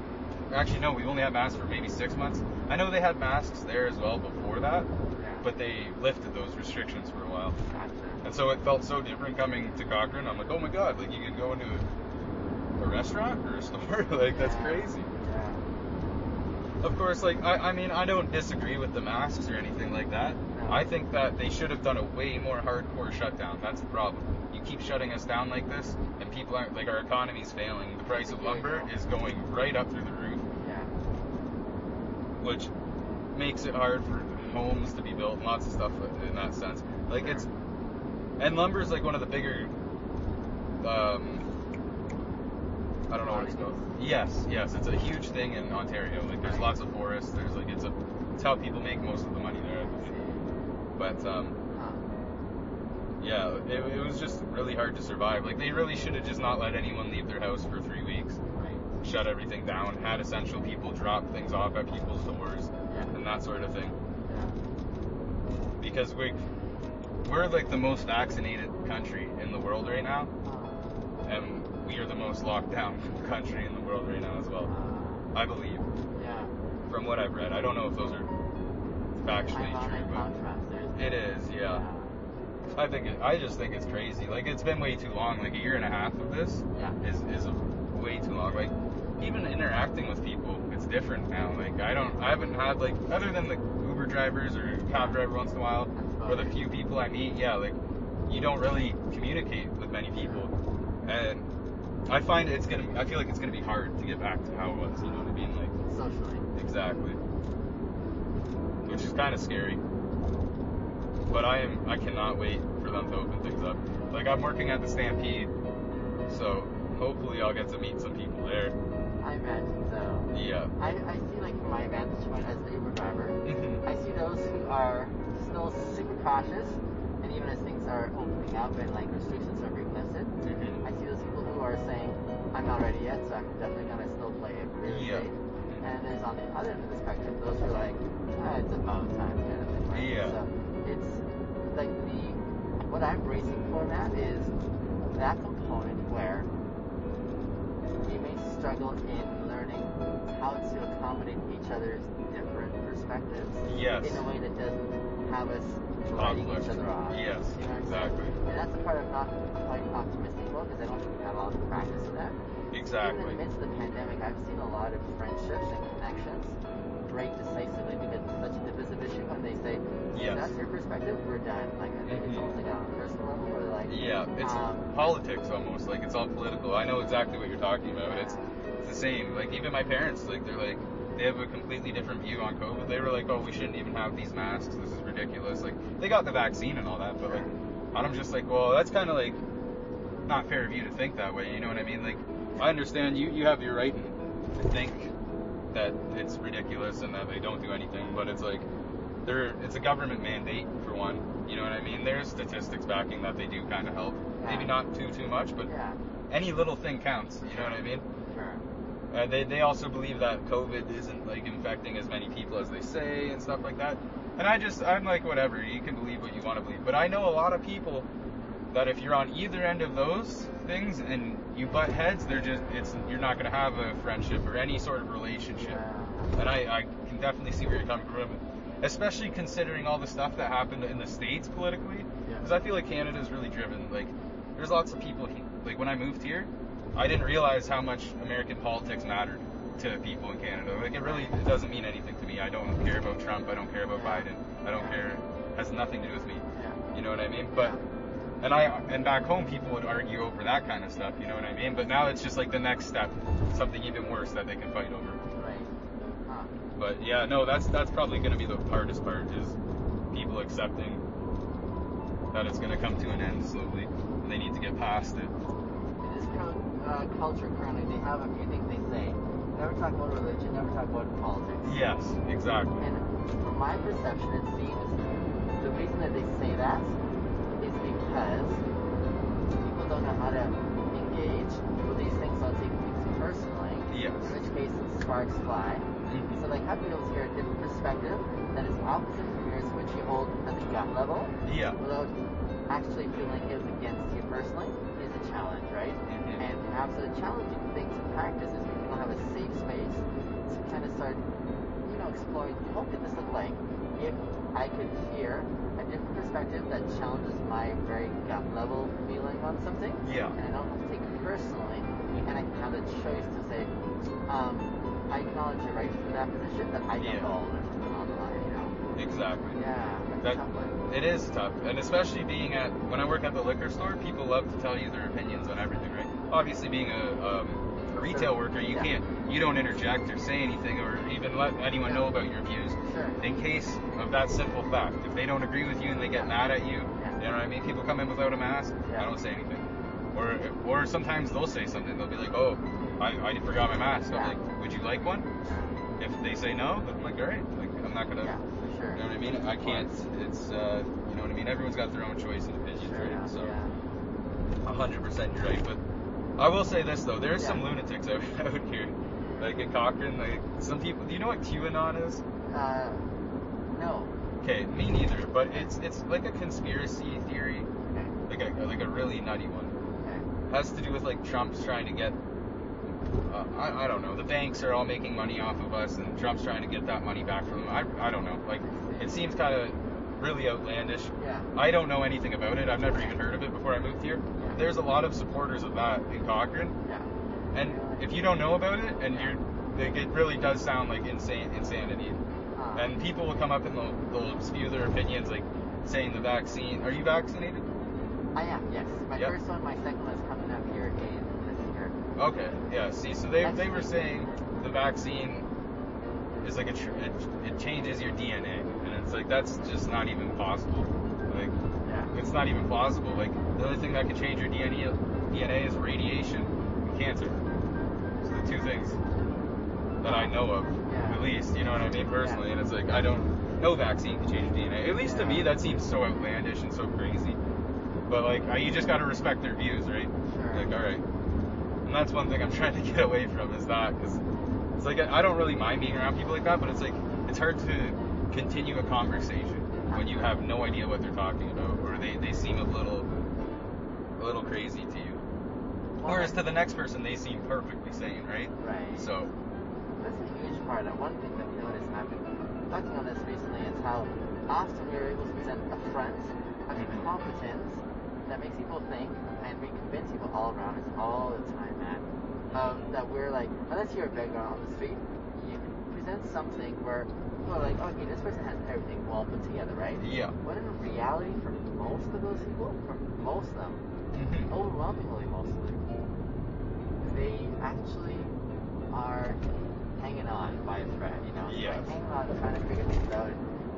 Speaker 1: actually no, we've only had masks for maybe six months. I know they had masks there as well before that,
Speaker 2: Yeah.
Speaker 1: but they lifted those restrictions for a while.
Speaker 2: Gotcha.
Speaker 1: And so it felt so different coming to Cochrane. I'm like, oh my god, like you can go into a, a restaurant or a store. *laughs* like that's
Speaker 2: Yeah.
Speaker 1: crazy.
Speaker 2: Yeah.
Speaker 1: Of course, like I, I mean, I don't disagree with the masks or anything like that. I think that they should have done a way more hardcore shutdown. That's the problem. You keep shutting us down like this, and people aren't like our economy's failing. The price of lumber is going right up through the roof,
Speaker 2: Yeah.
Speaker 1: which makes it hard for homes to be built and lots of stuff in that sense. Like it's, and lumber is like one of the bigger, um, I don't know what it's called. Yes, yes, it's a huge thing in Ontario. Like there's lots of forests. There's like it's a, it's how people make most of the money there. I
Speaker 2: I
Speaker 1: believe.
Speaker 2: see.
Speaker 1: But um,
Speaker 2: Huh.
Speaker 1: yeah, it, it was just really hard to survive. Like they really should have just not let anyone leave their house for three weeks,
Speaker 2: Right.
Speaker 1: shut everything down, had essential people drop things off at people's doors,
Speaker 2: Yeah.
Speaker 1: and that sort of thing.
Speaker 2: Yeah.
Speaker 1: Because we we're like the most vaccinated country in the world right now, and we are the most locked down *laughs* country in the world right now as well.
Speaker 2: Uh,
Speaker 1: I believe,
Speaker 2: yeah.
Speaker 1: from what I've read. I don't know if those are factually
Speaker 2: Ironic
Speaker 1: true, but
Speaker 2: contrast there. isn't
Speaker 1: it is, yeah. I think it, I just think it's crazy. Like it's been way too long. Like a year and a half of this
Speaker 2: Yeah.
Speaker 1: is is way too long. Like even interacting with people, it's different now. Like I don't, I haven't had like other than the Uber drivers or cab driver once in a while,
Speaker 2: That's about
Speaker 1: or the
Speaker 2: it.
Speaker 1: few people I meet. Yeah, like you don't really communicate with many people, and I find it's gonna. I feel like it's gonna be hard to get back to how it was. You know what I mean? Like
Speaker 2: Socially.
Speaker 1: Exactly. Which is kind of scary. But I am I cannot wait for them to open things up. Like I'm working at the Stampede, so hopefully I'll get to meet some people there.
Speaker 2: I imagine so.
Speaker 1: Yeah. *laughs*
Speaker 2: I, I see, like, from my vantage point as an Uber driver, I see those who are still super cautious, and even as things are opening up and, like, restrictions are being lifted, I see those people who are saying, I'm not ready yet, so I'm definitely gonna still play it really
Speaker 1: Yeah.
Speaker 2: safe. And there's on the other end of the spectrum, those who are like, ah, it's about time kind of thing. Right?
Speaker 1: Yeah.
Speaker 2: So it's like the what I'm bracing for Matt is that component where we may struggle in learning how to accommodate each other's different perspectives
Speaker 1: Yes.
Speaker 2: in a way that doesn't have us writing each
Speaker 1: Conflict.
Speaker 2: other off.
Speaker 1: Yes,
Speaker 2: You know what I'm saying?
Speaker 1: exactly.
Speaker 2: And that's the part I'm not quite optimistic about because I don't have a lot of practice in that. Even
Speaker 1: Exactly.
Speaker 2: in the midst of the pandemic, I've seen a lot of friendships and connections break decisively because it's such a divisive issue when they say,
Speaker 1: Yes.
Speaker 2: that's your perspective, we're done. Like, I think it's
Speaker 1: Mhm.
Speaker 2: almost like on a personal level where, like,
Speaker 1: Yeah, it's
Speaker 2: um,
Speaker 1: politics almost. Like it's all political. I know exactly what you're talking about. It's it's the same. Like even my parents, like they're like they have a completely different view on COVID. They were like, oh, we shouldn't even have these masks. This is ridiculous. Like they got the vaccine and all that, but like, and I'm just like, well, that's kind of like not fair of you to think that way. You know what I mean? Like I understand you you have your right to think that it's ridiculous and that they don't do anything, but it's like they're it's a government mandate for one. You know what I mean? There's statistics backing that they do kind of help. Maybe not too too much, but
Speaker 2: yeah,
Speaker 1: any little thing counts. You know what I mean?
Speaker 2: sure.
Speaker 1: Uh, they, they also believe that COVID isn't like infecting as many people as they say and stuff like that. And I just, I'm like, whatever, you can believe what you want to believe. But I know a lot of people that if you're on either end of those things and you butt heads, they're just, it's, you're not going to have a friendship or any sort of relationship. And I, I can definitely see where you're coming from, especially considering all the stuff that happened in the States politically. Because I feel like Canada's really driven. Like, there's lots of people. He, like when I moved here, I didn't realize how much American politics mattered to people in Canada. Like it really it doesn't mean anything to me. I don't care about Trump. I don't care about Biden. I don't care. It has nothing to do with me.
Speaker 2: Yeah.
Speaker 1: You know what I mean? But and I and back home people would argue over that kind of stuff. You know what I mean? But now it's just like the next step, something even worse that they can fight over.
Speaker 2: Right. Um, Huh.
Speaker 1: But yeah, no, that's that's probably going to be the hardest part is people accepting that it's going to come to an end slowly. And they need to get past it.
Speaker 2: In this cul- uh, culture currently, they have a few things they say. Never talk about religion, never talk about politics.
Speaker 1: Yes, exactly.
Speaker 2: And from my perception, it seems the reason that they say that is because people don't know how to engage with these things, don't take things personally.
Speaker 1: Yes.
Speaker 2: In which case, sparks fly.
Speaker 1: Mhm.
Speaker 2: So, like, how can you hear a different perspective that is opposite from yours, which you hold at the gut level,
Speaker 1: Yeah.
Speaker 2: without actually feeling it was against you personally, is a challenge, right?
Speaker 1: Mhm.
Speaker 2: And perhaps the challenging thing to practice is we don't have a safe space to kind of start, you know, exploring what could this look like if I could hear a different perspective that challenges my very gut level feeling on something.
Speaker 1: Yeah.
Speaker 2: And I don't have to take it personally. And I can have the choice to say, um, I acknowledge your right from that position, but I don't
Speaker 1: Yeah.
Speaker 2: know all of it online, you know?
Speaker 1: Exactly.
Speaker 2: Yeah. that's
Speaker 1: That-
Speaker 2: something.
Speaker 1: It is tough, and especially being at when I work at the liquor store, people love to tell you their opinions on everything, right? Obviously, being a, um, a retail worker, you
Speaker 2: Yeah.
Speaker 1: can't, you don't interject or say anything or even let anyone know about your views.
Speaker 2: Sure.
Speaker 1: in case of that simple fact. If they don't agree with you and they get mad at you,
Speaker 2: Yeah.
Speaker 1: you know what I mean? People come in without a mask,
Speaker 2: Yeah.
Speaker 1: I don't say anything. Or or sometimes they'll say something. They'll be like, oh, I, I forgot my mask. I'm
Speaker 2: Yeah.
Speaker 1: like, would you like one? If they say no, then I'm like, all right, like, I'm not going to
Speaker 2: Yeah, for sure.
Speaker 1: You know what I mean? I can't. It's uh, you know what I mean. Everyone's got their own choice and opinions,
Speaker 2: Sure, yeah,
Speaker 1: right? So,
Speaker 2: yeah.
Speaker 1: hundred percent you're right. But I will say this though, there's some
Speaker 2: Yeah.
Speaker 1: lunatics *laughs* out, out here, like in Cochrane. Like some people. Do you know what QAnon is?
Speaker 2: Uh, no.
Speaker 1: Okay, me neither. But it's it's like a conspiracy theory,
Speaker 2: Okay.
Speaker 1: like a like a really nutty one.
Speaker 2: Okay.
Speaker 1: Has to do with like Trump's trying to get. Uh, I, I don't know. The banks are all making money off of us, and Trump's trying to get that money back from them. I, I don't know. Like, it seems kind of really outlandish.
Speaker 2: Yeah.
Speaker 1: I don't know anything about it. I've never even heard of it before I moved here. There's a lot of supporters of that in Cochrane,
Speaker 2: Yeah.
Speaker 1: and if you don't know about it, and you're, like, it really does sound like insane insanity.
Speaker 2: Uh,
Speaker 1: And people will come up and they'll, they'll spew their opinions, like saying the vaccine. Are you vaccinated?
Speaker 2: I am. Yes. My
Speaker 1: Yep.
Speaker 2: first one. My second one's coming up here in this year.
Speaker 1: Okay, yeah. See, so they they were saying the vaccine is like a tr- it, it changes your DNA, and it's like that's just not even possible. Like
Speaker 2: Yeah.
Speaker 1: it's not even plausible. Like the only thing that could change your DNA DNA is radiation and cancer. So the two things that I know of,
Speaker 2: Yeah.
Speaker 1: at least. You know what I mean personally. And it's like I don't. No vaccine can change your DNA. At least to me,
Speaker 2: Yeah.
Speaker 1: that seems so outlandish and so crazy. But like, I, you just gotta respect their views, right?
Speaker 2: Sure.
Speaker 1: Like, all right. And that's one thing I'm *laughs* trying to get away from is that, 'cause it's like I, I don't really mind being around people like that, but it's like it's hard to continue a conversation when you have no idea what they're talking about, or they, they seem a little a little crazy to you. Whereas to the next person, they seem perfectly sane, right?
Speaker 2: Right.
Speaker 1: So
Speaker 2: That's a huge part. And one thing I've noticed, and I've been reflecting on this recently, is how often we are able to present a front of
Speaker 1: Mhm.
Speaker 2: incompetence that makes people think, and we convince people all around us all the time, man, um, that we're like, unless you're a beggar on the street, you present something where people are like, okay, this person has everything well put together, right?
Speaker 1: yeah.
Speaker 2: When in reality, for most of those people, for most of them,
Speaker 1: Mhm.
Speaker 2: overwhelmingly mostly, Oh, they actually are hanging on by a thread, you know?
Speaker 1: Yeah.
Speaker 2: Like, hanging on, trying to figure things out.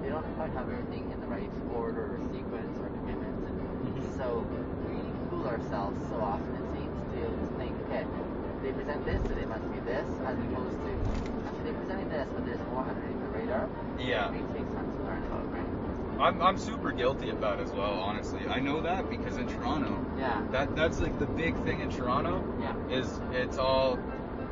Speaker 2: They don't quite have everything in the right order or sequence or commitment.
Speaker 1: Mhm.
Speaker 2: And so we fool ourselves so often, it seems, to think, okay, they present this, so they must be this, as
Speaker 1: Mm-hmm.
Speaker 2: opposed to, actually, they're presenting this, but there's more underneath the radar.
Speaker 1: Yeah.
Speaker 2: It takes time to learn about, right?
Speaker 1: I'm I'm super guilty of that as well, honestly. I know that because in Toronto,
Speaker 2: Yeah.
Speaker 1: that that's like the big thing in Toronto.
Speaker 2: Yeah.
Speaker 1: is it's all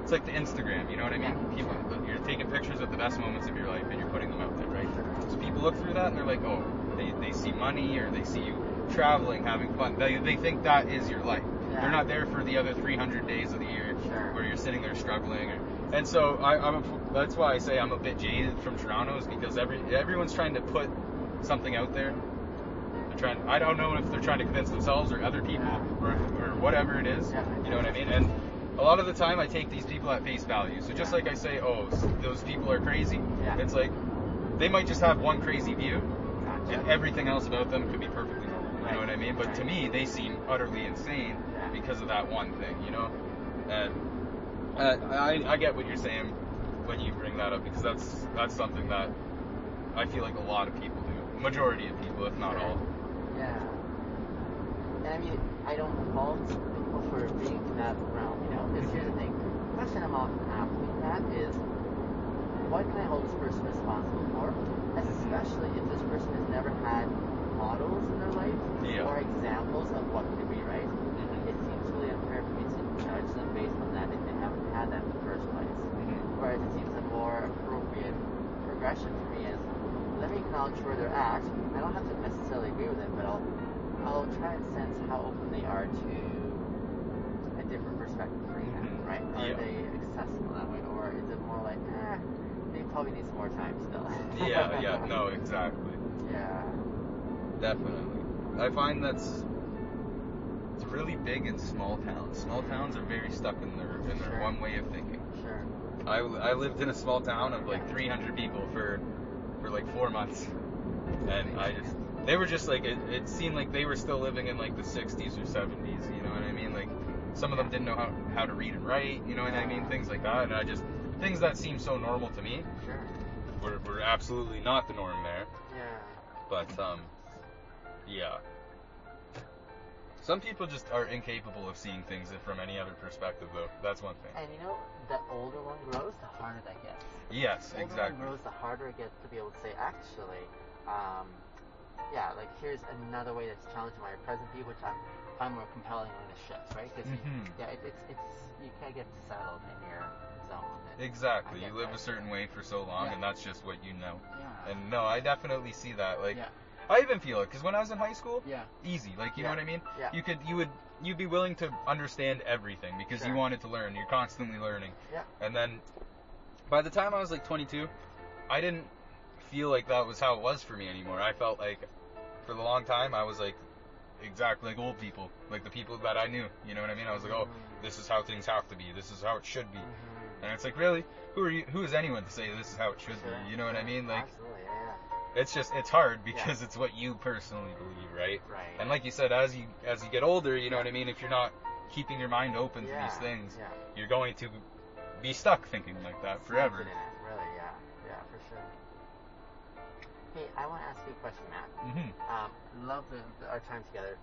Speaker 1: it's like the Instagram, you know what I mean?
Speaker 2: Yeah.
Speaker 1: People you're taking pictures of the best moments of your life and you're putting them out there, right? So people look through that and they're like, oh, they, they see money or they see you traveling, having fun. They, they think that is your life.
Speaker 2: Yeah.
Speaker 1: They're not there for the other 300 days of the year
Speaker 2: Sure.
Speaker 1: where you're sitting there struggling. Or, and so I, I'm a, that's why I say I'm a bit jaded from Toronto is because every everyone's trying to put something out there. They're trying. I don't know if they're trying to convince themselves or other people
Speaker 2: Yeah.
Speaker 1: or, or whatever it is.
Speaker 2: Yeah.
Speaker 1: You know what I mean? And a lot of the time, I take these people at face value. So just like I say, oh, s- those people are crazy.
Speaker 2: Yeah.
Speaker 1: It's like they might just have one crazy view,
Speaker 2: Gotcha.
Speaker 1: and everything else about them could be perfectly normal. You know what I mean? But to me, they seem utterly insane
Speaker 2: Yeah.
Speaker 1: because of that one thing. You know? And uh, I, I get what you're saying when you bring that up because that's that's something that I feel like a lot of people do. Majority of people, if not all.
Speaker 2: Yeah. And I mean, I don't fault people for being in that realm, you know? Because here's the thing. The question I'm often asked with that is, what can I hold this person responsible for? That's especially if this person has never had models in their life
Speaker 1: Yeah. Mm-hmm.
Speaker 2: or examples of what could be right. It seems really unfair for me to judge them based on that if they haven't had that in the first place. Whereas it seems a more appropriate progression for me is let me acknowledge where they're at. I don't have to necessarily agree with them, but I'll I'll try and sense how open they are to a different perspective for you,
Speaker 1: Mhm.
Speaker 2: right? Are
Speaker 1: Yeah.
Speaker 2: they accessible that way, or is it more like, eh, they probably need some more time still?
Speaker 1: Yeah,
Speaker 2: *laughs*
Speaker 1: yeah, no, exactly.
Speaker 2: Yeah.
Speaker 1: Definitely. I find that's it's really big in small towns. Small towns are very stuck in their in their
Speaker 2: Sure.
Speaker 1: one way of thinking.
Speaker 2: Sure.
Speaker 1: I, I lived in a small town of like 300 people for for like four months, and I just they were just like it, it seemed like they were still living in like the 60s or 70s. You know what I mean? Like some of them didn't know how, how to read and write. You know what I mean? Things like that. And I just things that seem so normal to me
Speaker 2: Sure.
Speaker 1: were, were absolutely not the norm there.
Speaker 2: Yeah.
Speaker 1: But um, yeah. Some people just are incapable of seeing things from any other perspective, though. That's one thing.
Speaker 2: And you know, the older one grows, the harder that gets.
Speaker 1: Yes,
Speaker 2: The older
Speaker 1: exactly.
Speaker 2: one grows, the harder it gets to be able to say, actually, um, yeah, like here's another way that's challenging my present view, which I'm find more compelling when it shifts, right? Because
Speaker 1: Mhm.
Speaker 2: yeah, it, it's it's you can't get settled in your zone. And,
Speaker 1: Exactly.
Speaker 2: I
Speaker 1: You
Speaker 2: get
Speaker 1: live
Speaker 2: that.
Speaker 1: a certain way for so long,
Speaker 2: Yeah.
Speaker 1: and that's just what you know.
Speaker 2: yeah.
Speaker 1: And no, I definitely see that. Like,
Speaker 2: yeah,
Speaker 1: I even feel it because when I was in high school,
Speaker 2: yeah,
Speaker 1: easy. Like, you
Speaker 2: Yeah.
Speaker 1: know what I mean?
Speaker 2: yeah,
Speaker 1: You could, you would, you'd be willing to understand everything because
Speaker 2: Sure.
Speaker 1: you wanted to learn. You're constantly learning.
Speaker 2: Yeah.
Speaker 1: And then, by the time I was like 22, I didn't feel like that was how it was for me anymore. I felt like, for the long time, I was like, exactly like old people, like the people that I knew. You know what I mean? I was like, oh,
Speaker 2: Mm-hmm.
Speaker 1: this is how things have to be. This is how it should be.
Speaker 2: Mhm.
Speaker 1: And it's like, really, who are you? Who is anyone to say this is how it should
Speaker 2: Sure.
Speaker 1: be? You know what I
Speaker 2: Yeah,
Speaker 1: mean? Like,
Speaker 2: absolutely, yeah,
Speaker 1: it's just it's hard because it's what you personally believe, right?
Speaker 2: yeah. right.
Speaker 1: And like you said, as you as you get older, you know what I mean. If you're not keeping your mind open
Speaker 2: yeah,
Speaker 1: to these things,
Speaker 2: yeah.
Speaker 1: you're going to be stuck thinking like that forever.
Speaker 2: Confident in it, Really, yeah, yeah, for sure. Hey, I want to ask you a question, Matt.
Speaker 1: hmm
Speaker 2: Um, love the, the- our time together.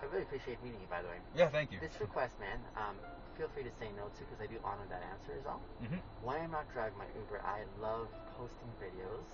Speaker 2: I really appreciate meeting you, by the way.
Speaker 1: Yeah, thank you.
Speaker 2: This request, man, um, feel free to say no to because I do honor that answer is all.
Speaker 1: Mhm.
Speaker 2: When I'm not driving my Uber, I love posting videos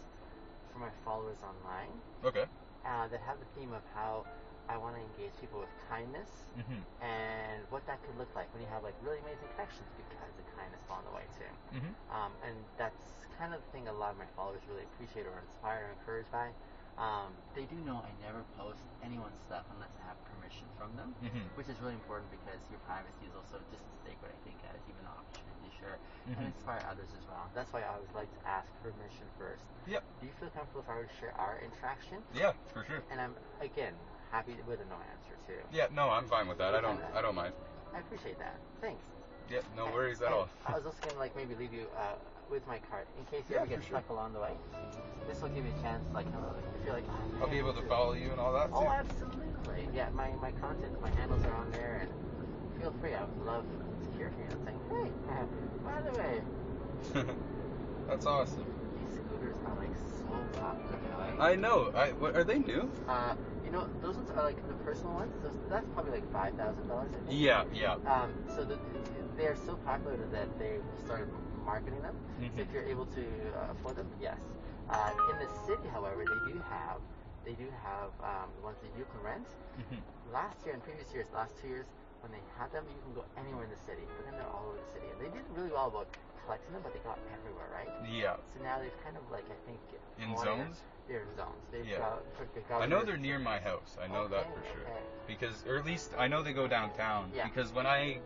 Speaker 2: for my followers online
Speaker 1: Okay.
Speaker 2: uh, that have the theme of how I want to engage people with kindness
Speaker 1: hmm
Speaker 2: and what that could look like when you have like really amazing connections because of kindness along the way too.
Speaker 1: hmm
Speaker 2: Um, and that's kind of the thing a lot of my followers really appreciate or inspire or encouraged by. Um, they do know I never post anyone's stuff unless I have permission from them,
Speaker 1: hmm
Speaker 2: which is really important because your privacy is also just as sacred, I think, as even the opportunity to share and
Speaker 1: hmm
Speaker 2: inspire others as well. That's why I always like to ask permission first.
Speaker 1: Yep.
Speaker 2: Do you feel comfortable if I were to share our interaction?
Speaker 1: Yeah, for sure.
Speaker 2: And I'm again happy with a no answer too.
Speaker 1: Yeah, no, I'm fine with that. I don't, I don't mind.
Speaker 2: I appreciate that. Thanks.
Speaker 1: Yeah, no
Speaker 2: Okay.
Speaker 1: worries at
Speaker 2: And
Speaker 1: all.
Speaker 2: I was also gonna like maybe leave you uh, with my card in case you
Speaker 1: Yeah,
Speaker 2: ever get
Speaker 1: for sure.
Speaker 2: stuck along the way. This will give you a chance, like hello, like, if you're like, "Oh,
Speaker 1: I'll
Speaker 2: man,
Speaker 1: be able to
Speaker 2: this is-"
Speaker 1: follow you and all that
Speaker 2: Oh,
Speaker 1: too.
Speaker 2: absolutely. Yeah, my my content, my handles are on there, and feel free. I would love to hear from you and say, hey, by the way,
Speaker 1: *laughs* That's awesome.
Speaker 2: these scooters are like so popular. Like,
Speaker 1: I know. I what, are they new?
Speaker 2: uh, you know, those ones are like the personal ones. Those, that's probably like five thousand dollars. I think.
Speaker 1: Yeah, yeah.
Speaker 2: Um, so the, they are so popular that they started marketing them. So if
Speaker 1: Mhm.
Speaker 2: you're able to uh, afford them, yes. Uh, in the city, however, they do have they do have um, the ones that you can rent.
Speaker 1: Mhm.
Speaker 2: Last year and previous years, last two years, when they had them, you can go anywhere in the city. But then they're all over the city. And they did really well about collecting them, but they got everywhere, right?
Speaker 1: Yeah,
Speaker 2: So now they've kind of like Oh, I think
Speaker 1: in
Speaker 2: wanted-
Speaker 1: zones.
Speaker 2: They're in zones. They've
Speaker 1: Yeah.
Speaker 2: got, put the
Speaker 1: I know
Speaker 2: governors-
Speaker 1: they're near my house. I know that for
Speaker 2: Okay,
Speaker 1: sure.
Speaker 2: okay.
Speaker 1: Because, or at least I know they go downtown.
Speaker 2: Yeah.
Speaker 1: Because when I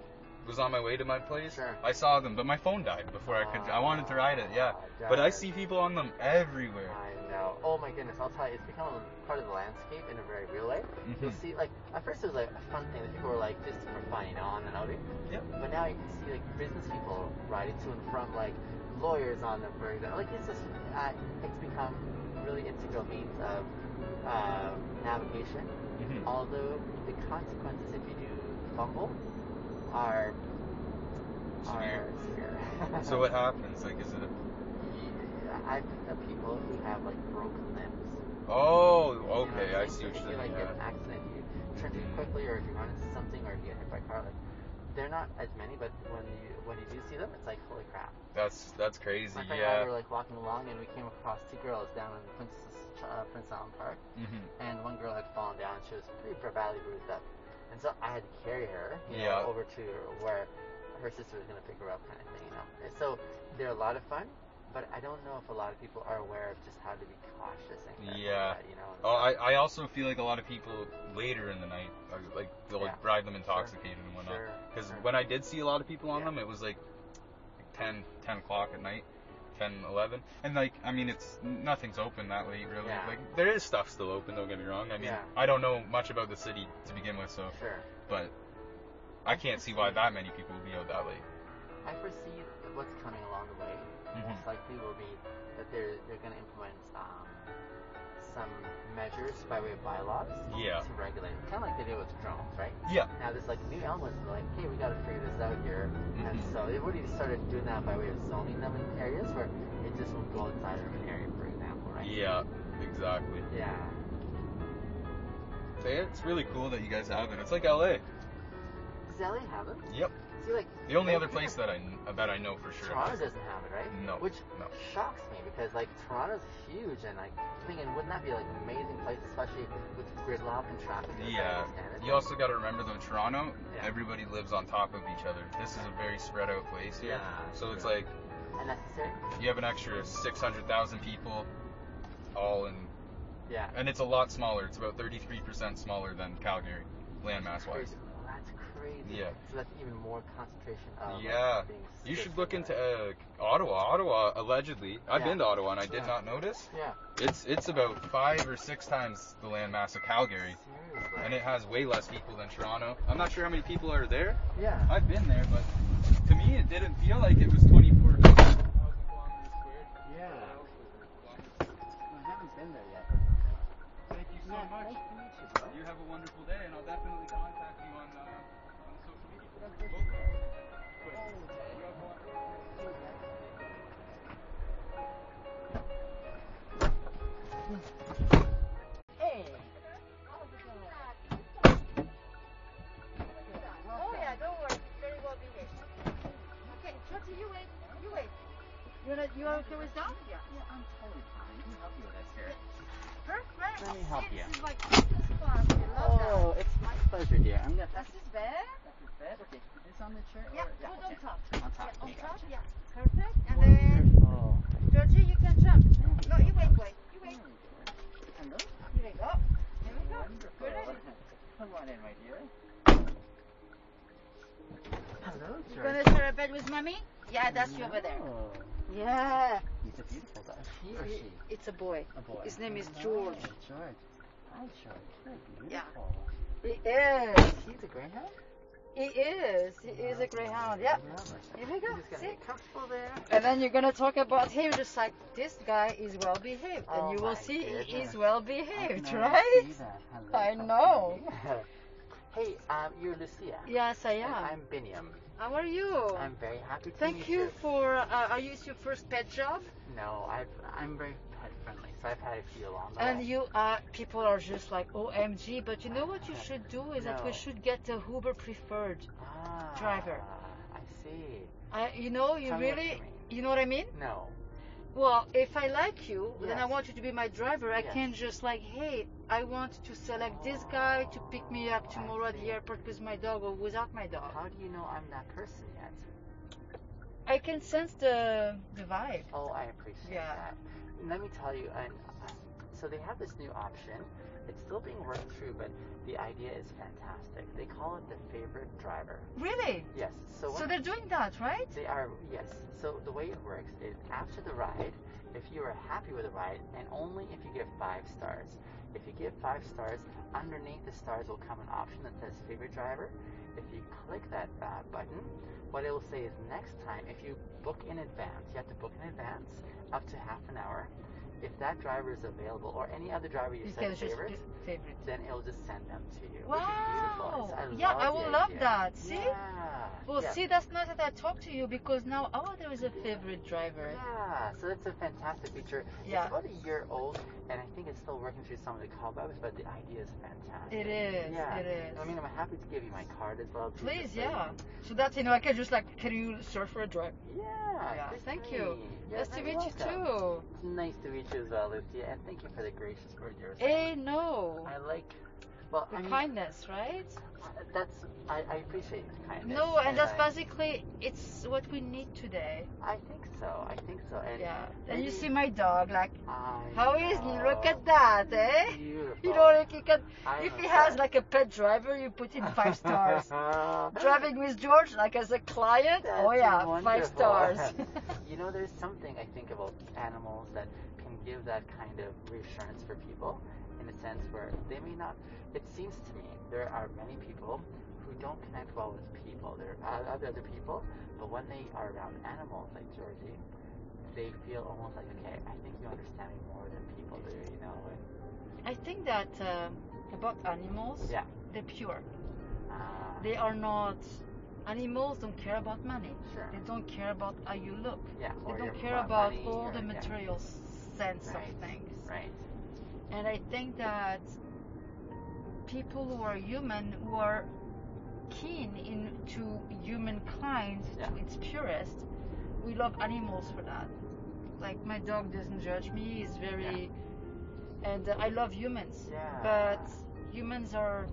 Speaker 1: was on my way to my place,
Speaker 2: Sure.
Speaker 1: I saw them, but my phone died before I could. I wanted to ride it, yeah.
Speaker 2: Ah,
Speaker 1: But I
Speaker 2: darn.
Speaker 1: see people on them everywhere.
Speaker 2: I know. Oh my goodness, I'll tell you, it's become a part of the landscape in a very real way. You'll
Speaker 1: Mhm.
Speaker 2: see, like, at first it was like a fun thing that people were like just for fun, you know, on and outing.
Speaker 1: Yep.
Speaker 2: But now you can see like business people riding to and from, like lawyers on them, for example. Like it's just, uh, it's become really integral means of uh, navigation.
Speaker 1: Mhm.
Speaker 2: Although the consequences if you do fumble are are severe.
Speaker 1: So what happens? Like, is it? A,
Speaker 2: *laughs* I've got people who have like broken limbs.
Speaker 1: oh,
Speaker 2: You know
Speaker 1: okay.
Speaker 2: what
Speaker 1: I
Speaker 2: I'm
Speaker 1: see
Speaker 2: saying?
Speaker 1: what
Speaker 2: So
Speaker 1: you're
Speaker 2: Um, If you like
Speaker 1: saying.
Speaker 2: get
Speaker 1: Yeah.
Speaker 2: an accident, you turn too quickly, or if you run into something, or if you get hit by a car, like they're not as many, but when you when you do see them, it's like holy crap.
Speaker 1: That's that's crazy.
Speaker 2: My friend and I
Speaker 1: Yeah.
Speaker 2: were like walking along, and we came across two girls down in Princess uh, Prince Island Park,
Speaker 1: Mhm.
Speaker 2: and one girl had fallen down. She was pretty badly bruised up, and so I had to carry her, you know,
Speaker 1: Yeah.
Speaker 2: over to where her sister was gonna pick her up, kind of thing, you know. And so they're a lot of fun. But I don't know if a lot of people are aware of just how to be cautious and careful
Speaker 1: Yeah.
Speaker 2: with that, you know.
Speaker 1: Oh, I, I also feel like a lot of people later in the night, are, like they'll
Speaker 2: Yeah.
Speaker 1: ride them intoxicated and whatnot.
Speaker 2: Sure,
Speaker 1: Because
Speaker 2: sure.
Speaker 1: when I did see a lot of people on
Speaker 2: Yeah.
Speaker 1: them, it was like 10, 10 o'clock at night, 10, 11. And like, I mean, it's nothing's open that late, really.
Speaker 2: Yeah.
Speaker 1: Like, there is stuff still open, don't get me wrong. I mean,
Speaker 2: Yeah.
Speaker 1: I don't know much about the city to begin with, so,
Speaker 2: Sure.
Speaker 1: but I can't see why that many people would be out that late.
Speaker 2: I foresee that what's coming along the way
Speaker 1: Hmm.
Speaker 2: most likely will be that they're they're going to implement um, some measures by way of bylaws
Speaker 1: Yeah.
Speaker 2: to regulate, kind of like they did with drones, right?
Speaker 1: Yeah.
Speaker 2: Now there's like new elements and like, hey, we got to figure this out here,
Speaker 1: *laughs*
Speaker 2: and
Speaker 1: Mhm.
Speaker 2: so they've already started doing that by way of zoning them in areas where it just will go inside of an area, for example, right?
Speaker 1: Yeah, exactly.
Speaker 2: Yeah.
Speaker 1: It's really cool that you guys have it. It's like LA.
Speaker 2: Does LA have it?
Speaker 1: Yep.
Speaker 2: See, like
Speaker 1: The only
Speaker 2: like,
Speaker 1: other place
Speaker 2: yeah,
Speaker 1: that I kn- that I know for sure.
Speaker 2: Toronto doesn't have it, right?
Speaker 1: No,
Speaker 2: Which
Speaker 1: no.
Speaker 2: shocks me because like Toronto's huge and like thinking wouldn't that be like an amazing place, especially with gridlock and traffic. and
Speaker 1: Yeah.
Speaker 2: stuff, I understand it.
Speaker 1: You also got to remember though, Toronto,
Speaker 2: Yeah.
Speaker 1: everybody lives on top of each other. This is a very spread out place here.
Speaker 2: Yeah,
Speaker 1: so it's
Speaker 2: true.
Speaker 1: like
Speaker 2: unnecessary.
Speaker 1: you have an extra 600,000 people all in
Speaker 2: Yeah.
Speaker 1: and it's a lot smaller. It's about 33% smaller than Calgary landmass wise.
Speaker 2: Crazy. That's crazy.
Speaker 1: Yeah.
Speaker 2: So that's even more concentration of. like,
Speaker 1: Yeah.
Speaker 2: being
Speaker 1: You
Speaker 2: sick
Speaker 1: should look
Speaker 2: and,
Speaker 1: into
Speaker 2: like-
Speaker 1: uh, Ottawa. Ottawa allegedly, I've
Speaker 2: Yeah.
Speaker 1: been to Ottawa and I did
Speaker 2: Yeah.
Speaker 1: not notice.
Speaker 2: Yeah.
Speaker 1: It's it's about 5 or 6 times the landmass of Calgary.
Speaker 2: Seriously.
Speaker 1: And it has way less people than Toronto. I'm not sure how many people are there.
Speaker 2: yeah.
Speaker 1: I've been there, but to me, it didn't feel like it was 24 kilometers squared.
Speaker 2: Yeah. I haven't been there yet.
Speaker 1: Thank you so
Speaker 2: Yeah,
Speaker 1: much.
Speaker 2: nice to meet you, bro.
Speaker 1: You have a wonderful day, and I'll definitely contact you on, uh, on social media.
Speaker 4: Hey. Oh yeah, don't worry. Very well be there. Okay, Chucky, you wait. You wait. You wanna, you okay with that? Yeah.
Speaker 2: Yeah, I'm totally fine. Let me help you with this here.
Speaker 4: Perfect.
Speaker 2: Let me help
Speaker 4: This
Speaker 2: you.
Speaker 4: is my Christmas party. Love
Speaker 2: Oh, it's my pleasure, dear. I'm gonna.
Speaker 4: that. That's his bed.
Speaker 2: That's okay. Is this on the chair?
Speaker 4: Yeah,
Speaker 2: or-
Speaker 4: put
Speaker 2: okay.
Speaker 4: on top.
Speaker 2: On
Speaker 4: Yeah,
Speaker 2: top.
Speaker 4: on
Speaker 2: okay,
Speaker 4: top.
Speaker 2: gotcha.
Speaker 4: Yeah. Perfect. And then
Speaker 2: Wonderful.
Speaker 4: Georgie, you can jump. No, you wait, wait. You wait.
Speaker 2: Hello.
Speaker 4: Here we go. Here we go.
Speaker 2: Wonderful.
Speaker 4: Good.
Speaker 2: Come on in, my dear. Hello,
Speaker 4: You
Speaker 2: George.
Speaker 4: gonna share a bed with mommy? Yeah, that's you over there.
Speaker 2: Oh,
Speaker 4: Yeah.
Speaker 2: He's a beautiful dog. He or
Speaker 4: He-
Speaker 2: she?
Speaker 4: It's a boy.
Speaker 2: A boy.
Speaker 4: His name is
Speaker 2: Hi,
Speaker 4: George.
Speaker 2: George. Hi, George. Very
Speaker 4: Yeah.
Speaker 2: beautiful.
Speaker 4: He is.
Speaker 2: He's a greyhound?
Speaker 4: He is. He is a greyhound. Yep. Here we go.
Speaker 2: He's gonna
Speaker 4: See?
Speaker 2: get comfortable there.
Speaker 4: And then you're gonna talk about him, just like this guy is well behaved,
Speaker 2: Oh
Speaker 4: and you will
Speaker 2: my
Speaker 4: see he
Speaker 2: goodness.
Speaker 4: is
Speaker 2: I
Speaker 4: well
Speaker 2: can
Speaker 4: behaved,
Speaker 2: already
Speaker 4: right?
Speaker 2: see that. Hello,
Speaker 4: I
Speaker 2: Papa.
Speaker 4: know.
Speaker 2: hey, um, you're Lucia.
Speaker 4: Yes, I
Speaker 2: And
Speaker 4: am.
Speaker 2: I'm Biniam.
Speaker 4: How are you?
Speaker 2: I'm very happy to meet
Speaker 4: Thank you
Speaker 2: you.
Speaker 4: for. Uh, are you it's your first pet job?
Speaker 2: No, I've, I'm very pet friendly, so I've had a few along the
Speaker 4: And
Speaker 2: way.
Speaker 4: you are. People are just like OMG, but you know what you should do is that we
Speaker 2: No.
Speaker 4: should get a Uber preferred.
Speaker 2: ah,
Speaker 4: driver.
Speaker 2: I see.
Speaker 4: I, you know, you
Speaker 2: Tell me what
Speaker 4: really.
Speaker 2: you mean.
Speaker 4: You know what I mean?
Speaker 2: No.
Speaker 4: Well, if I like you, then I
Speaker 2: Yes.
Speaker 4: want you to be my driver. I
Speaker 2: Yes.
Speaker 4: can't just like, hey, I want to select this guy to pick me up
Speaker 2: I
Speaker 4: tomorrow at
Speaker 2: see.
Speaker 4: the airport with my dog or without my dog.
Speaker 2: How do you know I'm that person yet?
Speaker 4: I can sense the the vibe.
Speaker 2: Oh, I appreciate
Speaker 4: Yeah.
Speaker 2: that. And Let me tell you, and uh, so they have this new option. It's still being worked through, but the idea is fantastic. They call it the favorite driver.
Speaker 4: Really?
Speaker 2: Yes. So,
Speaker 4: So,
Speaker 2: what
Speaker 4: they're doing that, right?
Speaker 2: they are yes. So the way it works is after the ride, if you are happy with the ride, and only if you give five stars. If you give five stars, underneath the stars will come an option that says favorite driver. If you click that uh, button, what it will say is next time. If you book in advance, you have to book in advance up to half an hour. If that driver is available or any other driver you,
Speaker 4: You
Speaker 2: set
Speaker 4: can just
Speaker 2: favorite,
Speaker 4: pick favorite.
Speaker 2: then it'll just send them to you. which is beautiful.
Speaker 4: Wow!
Speaker 2: It's- I
Speaker 4: yeah,
Speaker 2: love
Speaker 4: I
Speaker 2: the
Speaker 4: will love
Speaker 2: idea.
Speaker 4: that. See?
Speaker 2: Yeah.
Speaker 4: Well,
Speaker 2: yeah.
Speaker 4: see, that's nice that I talked to you because now oh, there is a favorite driver.
Speaker 2: Yeah, so that's a fantastic feature.
Speaker 4: Yeah.
Speaker 2: It's about a year old, and I think it's still working through some of the cobwebs, but the idea is fantastic.
Speaker 4: It is.
Speaker 2: Yeah.
Speaker 4: It is.
Speaker 2: I mean, I'm happy to give you my card as well. too,
Speaker 4: Please,
Speaker 2: just so you
Speaker 4: yeah.
Speaker 2: can-
Speaker 4: So that's you know I can just like can you serve for a drive?
Speaker 2: Yeah.
Speaker 4: Yeah,
Speaker 2: just
Speaker 4: thank
Speaker 2: me.
Speaker 4: you.
Speaker 2: You're
Speaker 4: nice to
Speaker 2: very
Speaker 4: meet you
Speaker 2: welcome.
Speaker 4: too.
Speaker 2: It's nice to meet you as well, Lucia, and thank you for the gracious word you're
Speaker 4: Eh, no.
Speaker 2: I like, well,
Speaker 4: The
Speaker 2: I mean, uh,
Speaker 4: kindness, right?
Speaker 2: that's, I, I appreciate the kindness.
Speaker 4: No, and that's
Speaker 2: I,
Speaker 4: basically it's what we need today.
Speaker 2: I think so, I think so. And
Speaker 4: Yeah. And you
Speaker 2: maybe
Speaker 4: see my dog, like
Speaker 2: I
Speaker 4: how is look
Speaker 2: know.
Speaker 4: at that, eh? *laughs*
Speaker 2: Beautiful.
Speaker 4: You know, like you can
Speaker 2: I
Speaker 4: if
Speaker 2: am
Speaker 4: he has
Speaker 2: impressed.
Speaker 4: like a pet driver, you put in five
Speaker 2: *laughs*
Speaker 4: stars.
Speaker 2: Driving.
Speaker 4: Driving with George, like as a client, oh
Speaker 2: That's
Speaker 4: yeah, five
Speaker 2: wonderful.
Speaker 4: stars.
Speaker 2: *laughs* you know, there's something I think about animals that can give that kind of reassurance for people in a sense where they may not. It seems to me there are many people who don't connect well with people, they're uh, other other people, but when they are around animals like Georgie, they feel almost like okay, I think you understand me more than people do, you know. And,
Speaker 4: I think that um, about animals,
Speaker 2: Yeah.
Speaker 4: they're pure.
Speaker 2: uh,
Speaker 4: They are not. Animals don't care about money.
Speaker 2: sure.
Speaker 4: They don't care about how you look.
Speaker 2: Yeah.
Speaker 4: They
Speaker 2: or your
Speaker 4: don't care
Speaker 2: mo-
Speaker 4: about
Speaker 2: money
Speaker 4: all
Speaker 2: or-
Speaker 4: the
Speaker 2: yeah,
Speaker 4: material sense
Speaker 2: Right.
Speaker 4: of things.
Speaker 2: Right.
Speaker 4: And I think that people who are human who are keen into humankind
Speaker 2: Yeah.
Speaker 4: to its purest. We love animals for that. Like my dog doesn't judge me. He's very, and uh, I love humans.
Speaker 2: Yeah.
Speaker 4: But humans are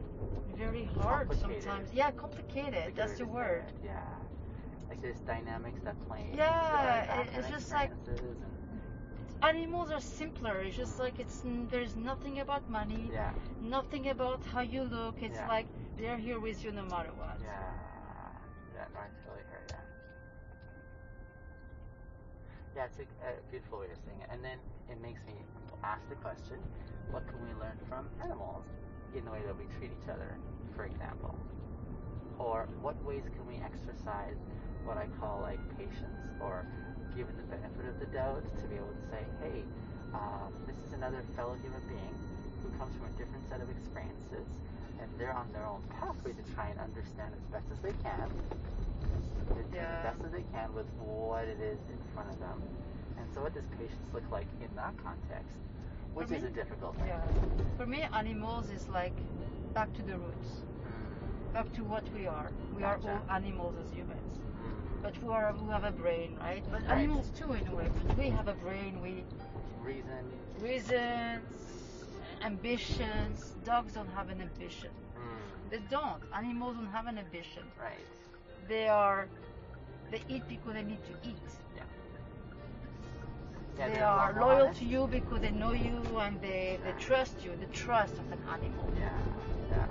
Speaker 4: very hard
Speaker 2: Complicated.
Speaker 4: sometimes. Yeah, complicated.
Speaker 2: Like,
Speaker 4: That's
Speaker 2: you're
Speaker 4: the
Speaker 2: just
Speaker 4: word.
Speaker 2: like, Yeah. Like there's dynamics that play. into,
Speaker 4: Yeah,
Speaker 2: like,
Speaker 4: it-
Speaker 2: our
Speaker 4: it's
Speaker 2: kind of
Speaker 4: just like-
Speaker 2: experiences and-
Speaker 4: Animals are simpler. It's just like it's n- there's nothing about money,
Speaker 2: Yeah.
Speaker 4: nothing about how you look. It's
Speaker 2: Yeah.
Speaker 4: like they're here with you no matter what.
Speaker 2: Yeah. Yeah, no, I totally hear that. Yeah, it's like a beautiful way of saying it. And then it makes me ask the question, what can we learn from animals in the way that we treat each other, for example? Or what ways can we exercise what I call like patience or given the benefit of the doubt to be able to say, hey, um, this is another fellow human being who comes from a different set of experiences and they're on their own pathway to try and understand as best as they can. They're doing
Speaker 4: Yeah.
Speaker 2: the best as they can with what it is in front of them. And so what does patience look like in that context? Which is
Speaker 4: me-
Speaker 2: a difficult thing.
Speaker 4: Yeah. For me, animals is like back to the roots,
Speaker 2: Hmm.
Speaker 4: back to what we are. We are
Speaker 2: Gotcha.
Speaker 4: all animals as humans,
Speaker 2: Mm.
Speaker 4: but we are we have a brain, right? But
Speaker 2: Right.
Speaker 4: animals too, in a way. But we have a brain. We
Speaker 2: Reason.
Speaker 4: reasons, ambitions. Dogs don't have an ambition.
Speaker 2: Mm.
Speaker 4: They don't. Animals don't have an ambition.
Speaker 2: Right.
Speaker 4: They are. They eat because they need to eat.
Speaker 2: Yeah,
Speaker 4: they
Speaker 2: they're a lot
Speaker 4: are
Speaker 2: more
Speaker 4: loyal
Speaker 2: honest.
Speaker 4: to you because they know you and they, they trust you. The trust of an animal.
Speaker 2: Yeah. Yeah.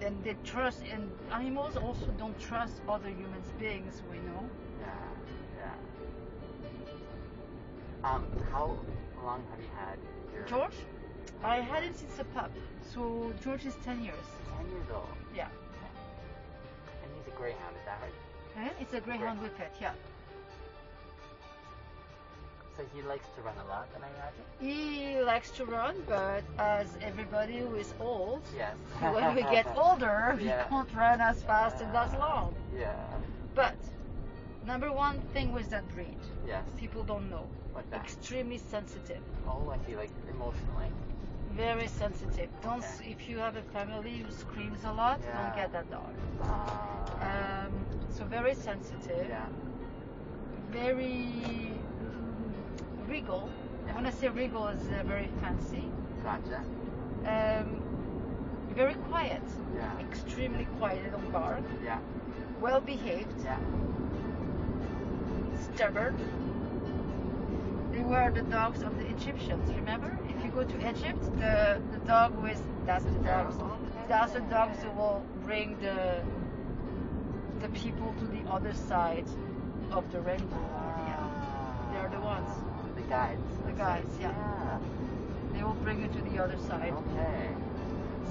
Speaker 4: Then they trust, and animals also don't trust other humans beings. We know.
Speaker 2: Yeah. Yeah. Um, how long have you had your
Speaker 4: George, I had him since a pup, so George is ten years.
Speaker 2: Ten years old.
Speaker 4: Yeah.
Speaker 2: And he's a greyhound, is that right?
Speaker 4: Eh? It's a greyhound whippet. Yeah.
Speaker 2: So he likes to run a lot, then I imagine.
Speaker 4: He likes to run, but as everybody who is old,
Speaker 2: Yes.
Speaker 4: *laughs* when
Speaker 2: *laughs*
Speaker 4: we get older, we
Speaker 2: Yeah.
Speaker 4: can't run as fast and as long.
Speaker 2: Yeah.
Speaker 4: But number one thing with that breed,
Speaker 2: Yes.
Speaker 4: people don't know.
Speaker 2: What's that?
Speaker 4: Extremely sensitive,
Speaker 2: Oh, I see. Like emotionally.
Speaker 4: very sensitive. Don't s-
Speaker 2: Okay.
Speaker 4: if you have a family who screams a lot,
Speaker 2: Yeah.
Speaker 4: don't get that dog.
Speaker 2: Uh,
Speaker 4: Um, so very sensitive,
Speaker 2: yeah.
Speaker 4: very mm, regal. When I say regal, is uh, very fancy.
Speaker 2: Gotcha.
Speaker 4: Um, very quiet,
Speaker 2: Yeah.
Speaker 4: extremely quiet. They don't bark.
Speaker 2: Yeah.
Speaker 4: Well behaved,
Speaker 2: Yeah.
Speaker 4: stubborn. They were the dogs of the Egyptians, remember? If you go to Egypt, the, the dog with that's the dogs. That's the dogs who will bring the the people to the other side of the rainbow. Yeah. They're the ones.
Speaker 2: The guides.
Speaker 4: The guides, yeah. They will bring you to the other side.
Speaker 2: Okay.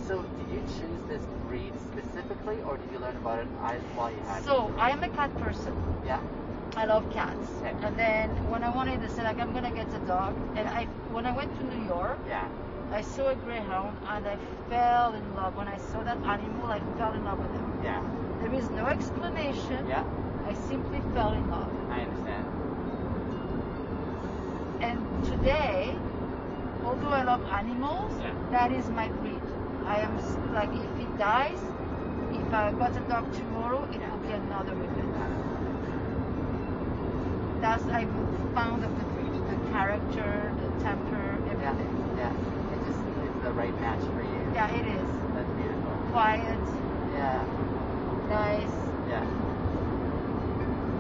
Speaker 2: So, did you choose this breed specifically, or did you learn about it as while you had
Speaker 4: So I am a cat person.
Speaker 2: it? Yeah.
Speaker 4: I love cats.
Speaker 2: Okay.
Speaker 4: And then when I wanted to say like I'm gonna get a dog and I when I went to New York
Speaker 2: Yeah.
Speaker 4: I saw a greyhound and I fell in love. When I saw that animal, I fell in love with him.
Speaker 2: Yeah.
Speaker 4: There is no explanation.
Speaker 2: Yeah.
Speaker 4: I simply fell in love.
Speaker 2: I understand.
Speaker 4: And today, although I love animals,
Speaker 2: Yeah.
Speaker 4: that is my breed. I am s- like, if he dies, if I got a dog tomorrow, it will be another weekend. That's I'm fond of the breed, the character, the temper,
Speaker 2: Yeah.
Speaker 4: everything.
Speaker 2: Yeah. It just it's the right match for you.
Speaker 4: Yeah, it is
Speaker 2: That's beautiful.
Speaker 4: quiet,
Speaker 2: Yeah.
Speaker 4: nice.
Speaker 2: Yeah.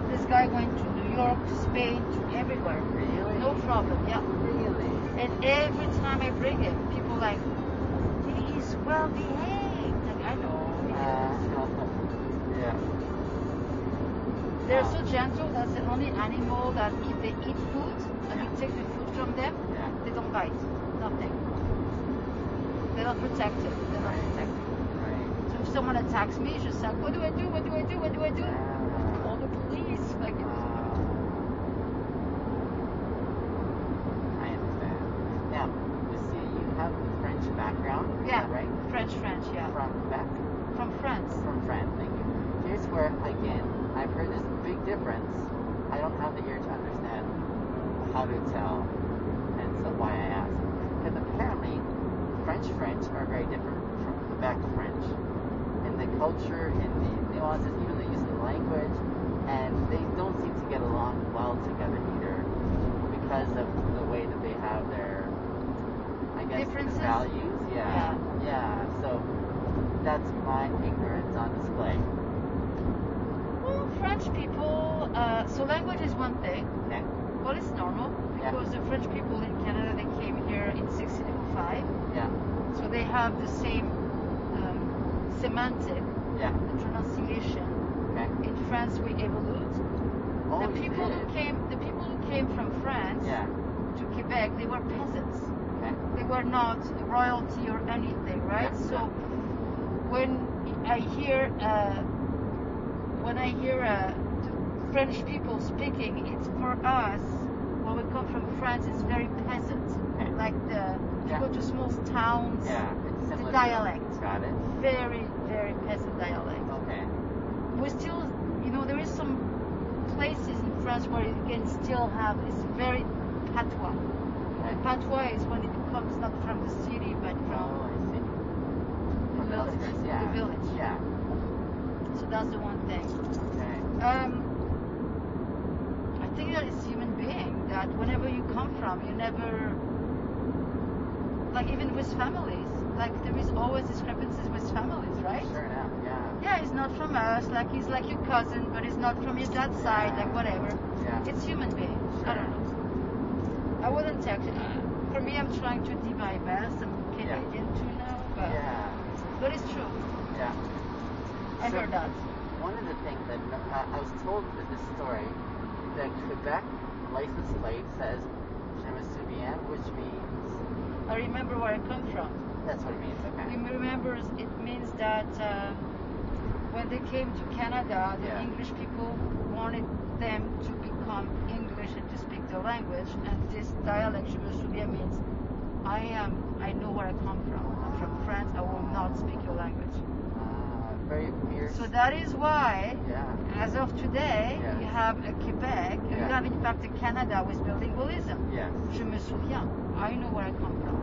Speaker 4: This guy went to New York, Spain, to everywhere.
Speaker 2: Really.
Speaker 4: No problem, yeah.
Speaker 2: Really.
Speaker 4: And every time I bring him, people like, he is well behaved. Like, I know. he is.
Speaker 2: Uh, yeah.
Speaker 4: They're
Speaker 2: uh.
Speaker 4: so gentle. That's the only animal that if they eat food and you take the food from them,
Speaker 2: Yeah.
Speaker 4: they don't bite. Nothing. They're not protective. They're not protective.
Speaker 2: Right.
Speaker 4: So if someone attacks me, it's just like, what do I do? What do I do? What do I do?
Speaker 2: Yeah.
Speaker 4: Call the police. Like,
Speaker 2: Uh, I understand. Now, you see, you have a French background, is
Speaker 4: yeah,
Speaker 2: that right?
Speaker 4: French, French, yeah,
Speaker 2: From Quebec,
Speaker 4: from France.
Speaker 2: from France. Thank you. Here's where, again, I've heard this big difference. I don't have the ear to understand how to tell, and so why I ask. Because apparently, French French are very different from respect French and the culture and the nuances, even the use of the language, and they don't seem to get along well together either because of the way that they have their, I guess,
Speaker 4: Differences?
Speaker 2: values. Yeah. yeah, So that's my ignorance on display.
Speaker 4: Well, French people, uh, so language is one thing.
Speaker 2: Next.
Speaker 4: Well, it's normal
Speaker 2: Yeah.
Speaker 4: because the French people in Canada they came here in 1605,
Speaker 2: Yeah,
Speaker 4: so they have the same um, semantic
Speaker 2: yeah.
Speaker 4: and pronunciation.
Speaker 2: Okay.
Speaker 4: In France, we evolved.
Speaker 2: Oh,
Speaker 4: the
Speaker 2: you
Speaker 4: people
Speaker 2: did.
Speaker 4: who came, the people who came from France
Speaker 2: Yeah.
Speaker 4: to Quebec, they were peasants.
Speaker 2: Okay.
Speaker 4: They were not royalty or anything, right?
Speaker 2: Yeah,
Speaker 4: So
Speaker 2: yeah.
Speaker 4: when I hear uh, when I hear uh, the French people speaking, it's for us when we come from France, it's very peasant.
Speaker 2: Okay.
Speaker 4: Like the you
Speaker 2: Yeah.
Speaker 4: go to small towns,
Speaker 2: Yeah. It's similar. to-
Speaker 4: dialect.
Speaker 2: Got it.
Speaker 4: very very peasant dialect
Speaker 2: Okay.
Speaker 4: we still, you know, there is some places in France where you can still have it's very patois.
Speaker 2: Okay.
Speaker 4: Patois is when it comes not from the city but from
Speaker 2: Oh, I see.
Speaker 4: the
Speaker 2: From
Speaker 4: village.
Speaker 2: elsewhere, yeah.
Speaker 4: The village.
Speaker 2: Yeah.
Speaker 4: So that's the one thing.
Speaker 2: Okay.
Speaker 4: Um, I think that it's human being that whenever you come from, you never like even with families, like there is always discrepancies with families, right?
Speaker 2: Sure enough. Yeah.
Speaker 4: Yeah, he's not from us. Like he's like your cousin, but he's not from your dad's side. Like whatever.
Speaker 2: Yeah.
Speaker 4: It's human being. I don't know. I wouldn't take. Uh, for me, I'm trying to do my best. I'm
Speaker 2: Mm. Yeah.
Speaker 4: Canadian too now, but
Speaker 2: Yeah.
Speaker 4: but it's true.
Speaker 2: Yeah.
Speaker 4: I
Speaker 2: So-
Speaker 4: heard that.
Speaker 2: One of the things that uh, I was told that this story that Quebec license plate says "Je me souviens," which means
Speaker 4: I remember where I come from.
Speaker 2: that's what it means. Okay.
Speaker 4: It remembers. It means that uh, when they came to Canada, the
Speaker 2: Yeah.
Speaker 4: English people wanted them to become English and to speak their language. And this dialect, je me souviens, means I am. I know where I come from. I'm from France. I will not speak your language.
Speaker 2: Uh, very weird.
Speaker 4: So that is why,
Speaker 2: yeah.
Speaker 4: as of today,
Speaker 2: Yeah.
Speaker 4: you have a Quebec, and
Speaker 2: Yeah.
Speaker 4: you have in fact a Canada with bilingualism.
Speaker 2: Yes.
Speaker 4: Je me souviens. I know where I come from.
Speaker 2: Uh,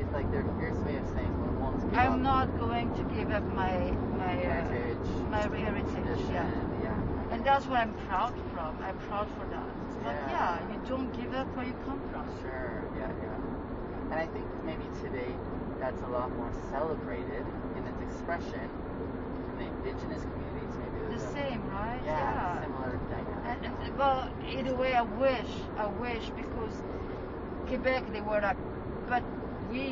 Speaker 2: it's like their fierce way of saying we won't give up
Speaker 4: I'm not going to give up my my uh,
Speaker 2: heritage,
Speaker 4: my heritage.
Speaker 2: tradition.
Speaker 4: Yeah.
Speaker 2: yeah.
Speaker 4: And that's what I'm proud from. I'm proud for that. But
Speaker 2: Yeah.
Speaker 4: yeah, you don't give up where you come from.
Speaker 2: Sure, yeah, yeah. And I think maybe today that's a lot more celebrated in its expression in the indigenous communities. Maybe
Speaker 4: The
Speaker 2: there's a-
Speaker 4: same, right?
Speaker 2: yeah, similar dynamic.
Speaker 4: And, and, well, either way, I wish, I wish, because Quebec, they were like, but we,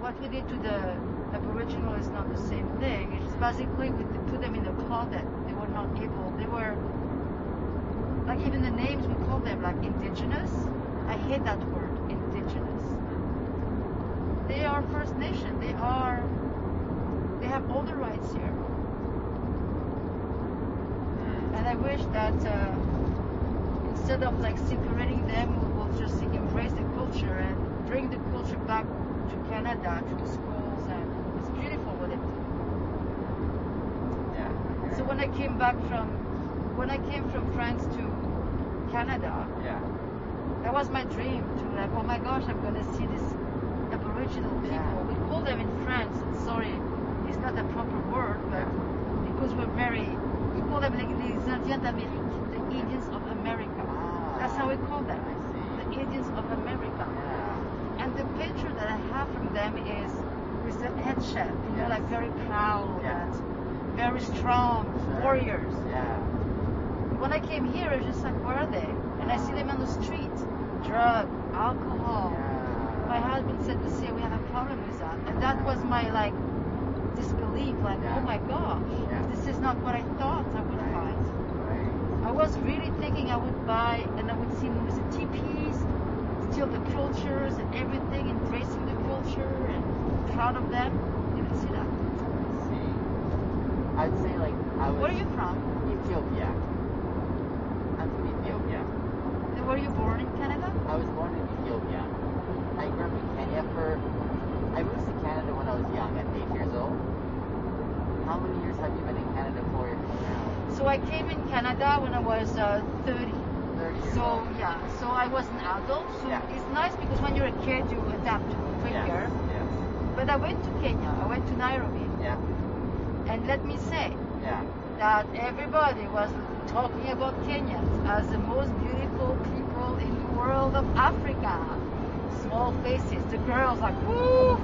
Speaker 4: what we did to the Aboriginal is not the same thing. It's basically we put them in a closet. They were not able. They were, like even the names we call them, like indigenous. I hate that word, indigenous. They are First Nation. They are, they have all the rights here.
Speaker 2: Mm,
Speaker 4: And I wish that uh, instead of like separating them, we will just embrace the culture and bring the culture back to Canada, to the schools, and it's beautiful what they do.
Speaker 2: yeah.
Speaker 4: So when I came back from, when I came from France to Canada,
Speaker 2: yeah.
Speaker 4: that was my dream to like, oh my gosh, I'm gonna see this Aboriginal people.
Speaker 2: Yeah.
Speaker 4: We call them in France. Sorry, it's not a proper word, but because we're very, we call them like les Indiens d'Amérique, the Indians of America.
Speaker 2: Ah,
Speaker 4: That's how we call
Speaker 2: I
Speaker 4: them. The
Speaker 2: see.
Speaker 4: Indians of America.
Speaker 2: Yeah.
Speaker 4: And the picture that I have from them is with the headshot, you know,
Speaker 2: Yes.
Speaker 4: like very proud
Speaker 2: Yeah.
Speaker 4: and very strong
Speaker 2: Sure.
Speaker 4: warriors.
Speaker 2: Yeah.
Speaker 4: When I came here, I was just like, where are they? And I see them on the street, drug, alcohol.
Speaker 2: Yeah.
Speaker 4: Oh. My husband said this year we have a problem with that, and that was my like disbelief, like,
Speaker 2: Yeah.
Speaker 4: oh my gosh,
Speaker 2: Yeah.
Speaker 4: this is not what I thought I would
Speaker 2: Right.
Speaker 4: find.
Speaker 2: Right.
Speaker 4: I was really thinking I would buy and I would see them with the teepees, still the cultures and everything, embracing the culture and proud of them. Didn't see
Speaker 2: I
Speaker 4: that.
Speaker 2: see. I'd say like I was
Speaker 4: Where are you from?
Speaker 2: Ethiopia. I'm from Ethiopia.
Speaker 4: Were you born in Canada?
Speaker 2: I was born in Ethiopia. I grew up in Kenya for. I moved to Canada when I was young, at eight years old. How many years have you been in Canada for? now?
Speaker 4: So I came in Canada when I was uh,
Speaker 2: Thirty
Speaker 4: 30.
Speaker 2: years
Speaker 4: So
Speaker 2: old.
Speaker 4: yeah, so I was an adult. So
Speaker 2: Yeah.
Speaker 4: it's nice because when you're a kid, you adapt quicker.
Speaker 2: Yes. yes.
Speaker 4: But But I went to Kenya, I went to Nairobi,
Speaker 2: Yeah.
Speaker 4: and let me say
Speaker 2: Yeah.
Speaker 4: that everybody was talking about Kenyans as the most beautiful people in the world of Africa. Small faces, the girls like, woo,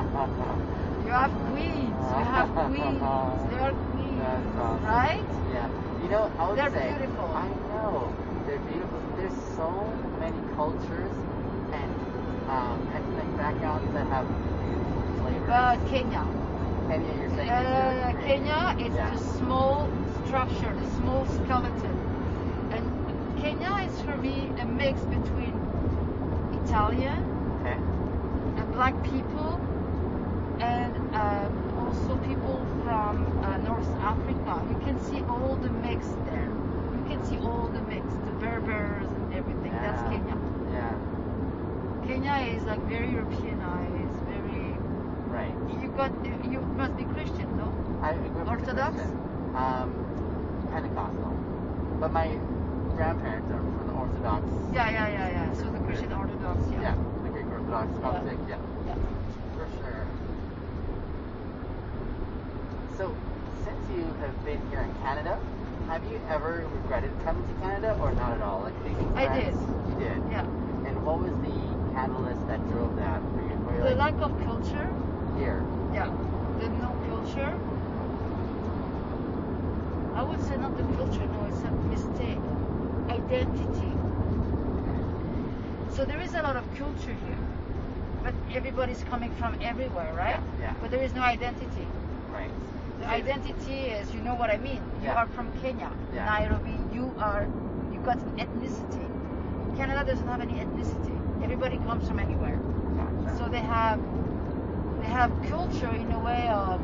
Speaker 4: you have queens, you have queens, they are queens,
Speaker 2: That's awesome.
Speaker 4: right?
Speaker 2: *laughs* Yeah. You know, I would
Speaker 4: They're
Speaker 2: say
Speaker 4: beautiful.
Speaker 2: I know they're beautiful. There's so many cultures and um, ethnic backgrounds that have beautiful flavors.
Speaker 4: But Uh, Kenya,
Speaker 2: Kenya, you're saying
Speaker 4: Uh,
Speaker 2: is a-
Speaker 4: Kenya is
Speaker 2: Yeah.
Speaker 4: the small structure, the small skeleton. And Kenya is for me a mix between Italian
Speaker 2: Okay.
Speaker 4: and black people and uh, also people from uh, North Africa. You can see all the mix there. You can see all the mix, the Berbers and everything. That's
Speaker 2: Yeah.
Speaker 4: Kenya.
Speaker 2: Yeah.
Speaker 4: Kenya is like very Europeanized, very.
Speaker 2: Right.
Speaker 4: You got. You must be Christian, no?
Speaker 2: I grew up
Speaker 4: Orthodox?
Speaker 2: Christian, um, Pentecostal. But my grandparents are from the Orthodox.
Speaker 4: Yeah, yeah, yeah, yeah. So the Christian Orthodox, yeah.
Speaker 2: Yeah, the Greek Orthodox Coptic. Yeah.
Speaker 4: Yeah.
Speaker 2: For sure. So, since you have been here in Canada, have you ever regretted coming to Canada or not at all? Like making
Speaker 4: I
Speaker 2: friends? You did.
Speaker 4: Oh, Yeah.
Speaker 2: And what was the catalyst that drove that for you? For
Speaker 4: The
Speaker 2: you like
Speaker 4: lack of culture,
Speaker 2: here?
Speaker 4: yeah. The no culture. I would say not the culture, no, it's a mistake. Identity. So there is a lot of culture here. But everybody's coming from everywhere, right?
Speaker 2: Yeah, yeah.
Speaker 4: But there is no identity.
Speaker 2: Right.
Speaker 4: The identity is, you know what I mean. You
Speaker 2: Yeah.
Speaker 4: are from Kenya,
Speaker 2: Yeah.
Speaker 4: Nairobi. You are, you got an ethnicity. Canada doesn't have any ethnicity. Everybody comes from anywhere.
Speaker 2: Gotcha.
Speaker 4: So they have, they have culture in a way of,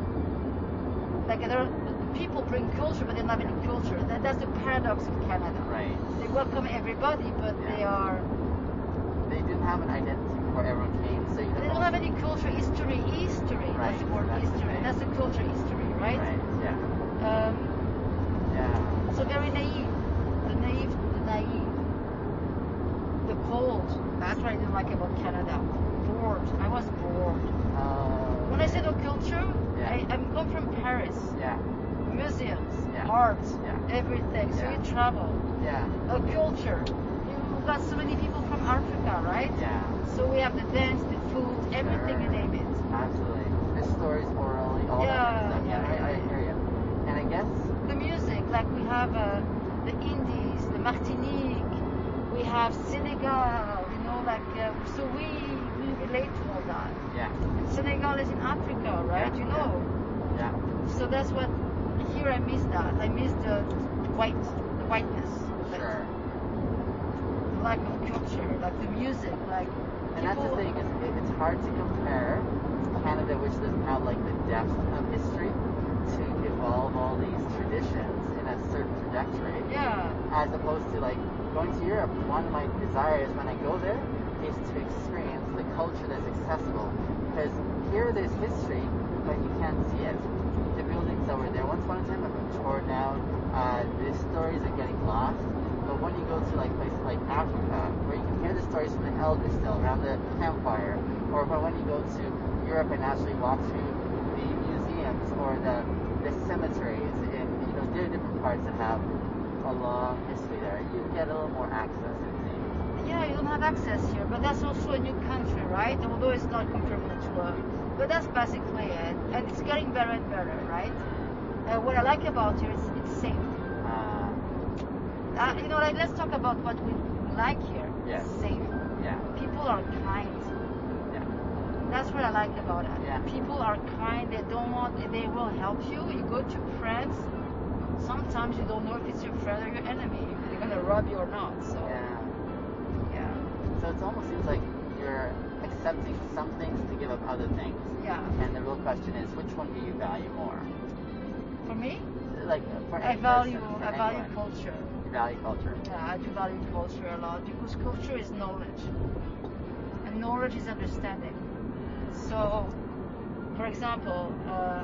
Speaker 4: like there are, people bring culture, but they don't have any culture. That, that's the paradox of Canada.
Speaker 2: right.
Speaker 4: They welcome everybody, but they
Speaker 2: Yeah.
Speaker 4: are,
Speaker 2: They didn't have an identity before everyone came, so you
Speaker 4: they
Speaker 2: don't
Speaker 4: don't
Speaker 2: know-
Speaker 4: have any culture, history, history.
Speaker 2: Right,
Speaker 4: That's the word,
Speaker 2: that's the
Speaker 4: history.
Speaker 2: thing.
Speaker 4: that's the culture, history, right?
Speaker 2: Right. Yeah.
Speaker 4: Um,
Speaker 2: Yeah.
Speaker 4: So very naive. The naive, the naive, the cold. That's what I didn't like about Canada. Bored. I was bored.
Speaker 2: Uh,
Speaker 4: When I say no culture,
Speaker 2: Yeah.
Speaker 4: I, I'm come from Paris.
Speaker 2: yeah.
Speaker 4: Museums,
Speaker 2: Yeah.
Speaker 4: art,
Speaker 2: Yeah.
Speaker 4: everything. So
Speaker 2: Yeah.
Speaker 4: you travel.
Speaker 2: Yeah.
Speaker 4: A culture. You got so many people from Africa, right?
Speaker 2: Yeah.
Speaker 4: So we have the dance, the food, everything you
Speaker 2: Sure.
Speaker 4: name it.
Speaker 2: Absolutely. The stories orally, all
Speaker 4: Yeah,
Speaker 2: that kind of stuff.
Speaker 4: yeah,
Speaker 2: I,
Speaker 4: yeah.
Speaker 2: I hear you. And I guess,
Speaker 4: the music. Like we have uh, the Indies, the Martinique, we have Senegal. You know, like uh, so we we relate to all that.
Speaker 2: yeah,
Speaker 4: And Senegal is in Africa, right?
Speaker 2: Yeah,
Speaker 4: You know.
Speaker 2: yeah,
Speaker 4: So that's what here I miss that. I miss the white, the whiteness, like
Speaker 2: sure.
Speaker 4: lack of culture, like the music, like
Speaker 2: And that's the
Speaker 4: people-
Speaker 2: thing is, it, it's hard to compare Canada, which doesn't have like the depth of history, to evolve all these traditions in a certain trajectory,
Speaker 4: Yeah.
Speaker 2: as opposed to like going to Europe. One of my desires when I go there is to experience the culture that's accessible, because here there's history, but you can't see it. The buildings that were there once upon a time have been torn down. Uh, the stories are getting lost. But when you go to like places like Africa, where you can hear the stories from the elders still around the campfire, or but when you go to Europe and actually walk through the museums or the the cemeteries in you know there are different parts that have a long history there, you get a little more access. It seems.
Speaker 4: Yeah, you don't have access here, but that's also a new country, right? Although it's not comparable to uh But that's basically it, and it's getting better and better, right? Uh, what I like about here is it's safe.
Speaker 2: Uh,
Speaker 4: Uh, you know, like, let's talk about what we like here.
Speaker 2: Yeah.
Speaker 4: It's safe.
Speaker 2: yeah,
Speaker 4: People are kind.
Speaker 2: yeah,
Speaker 4: That's what I like about it.
Speaker 2: Yeah.
Speaker 4: People are kind. They don't want. They will help you. You go to friends. Sometimes you don't know if it's your friend or your enemy. If they're gonna rob you or not. So
Speaker 2: yeah.
Speaker 4: yeah,
Speaker 2: So it almost seems like you're accepting some things to give up other things.
Speaker 4: yeah.
Speaker 2: And the real question is, which one do you value more?
Speaker 4: For me,
Speaker 2: Like uh, for
Speaker 4: I
Speaker 2: any
Speaker 4: value
Speaker 2: person, for
Speaker 4: I value
Speaker 2: anyone,
Speaker 4: culture.
Speaker 2: you value culture.
Speaker 4: Yeah, I do uh, value culture a lot because culture is knowledge, and knowledge is understanding. So, for example, uh,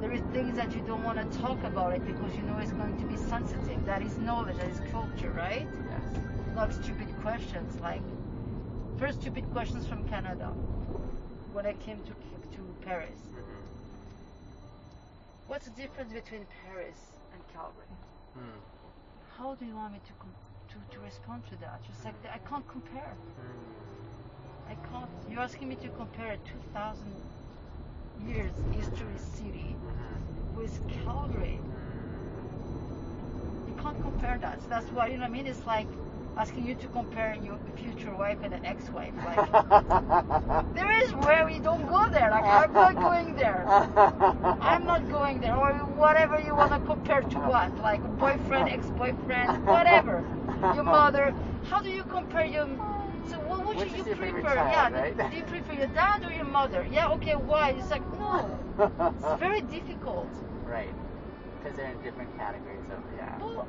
Speaker 4: there is things that you don't want to talk about it because you know it's going to be sensitive. That is knowledge. That is culture, right?
Speaker 2: Yes.
Speaker 4: Not stupid questions like. For first stupid questions from Canada when I came to to Paris. What's the difference between Paris and Calgary? How do you want me to com- to, to respond to that? Just like that, I can't compare. I can't. You're asking me to compare a 2,000 years history city with Calgary. You can't compare that. So that's why you know what I mean. It's like asking you to compare your future wife and an ex-wife.
Speaker 2: *laughs*
Speaker 4: Like *laughs* there is where we don't go there. Like I'm not going there. I'm not going there. Or whatever you want to compare to what, like boyfriend,
Speaker 2: *laughs*
Speaker 4: ex-boyfriend, whatever. Your mother. How do you compare your? So what would
Speaker 2: Which is
Speaker 4: you, you
Speaker 2: your favorite
Speaker 4: prefer?
Speaker 2: child,
Speaker 4: yeah.
Speaker 2: right?
Speaker 4: Do you prefer your dad or your mother? Yeah. Okay. Why? It's like no.
Speaker 2: Uh. *laughs*
Speaker 4: It's very difficult.
Speaker 2: Right. Because they're in different categories of, yeah.
Speaker 4: Well,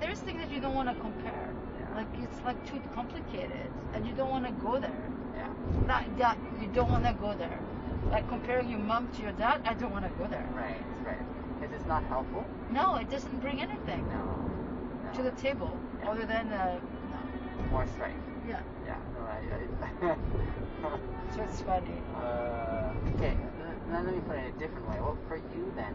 Speaker 4: there's things that you don't want to compare.
Speaker 2: Yeah.
Speaker 4: Like it's like too complicated, and you don't want to go there.
Speaker 2: Yeah.
Speaker 4: That that you don't want to go there. Like comparing your mom to your dad, I don't want to go there.
Speaker 2: Right, right. Because it's not helpful.
Speaker 4: No, it doesn't bring anything
Speaker 2: No.
Speaker 4: to the table
Speaker 2: Yeah.
Speaker 4: other than uh, no.
Speaker 2: More strife.
Speaker 4: Yeah,
Speaker 2: Yeah. No, I, *laughs* I
Speaker 4: so it's funny.
Speaker 2: Uh, okay, n- now let me put it a different way. Well, for you then,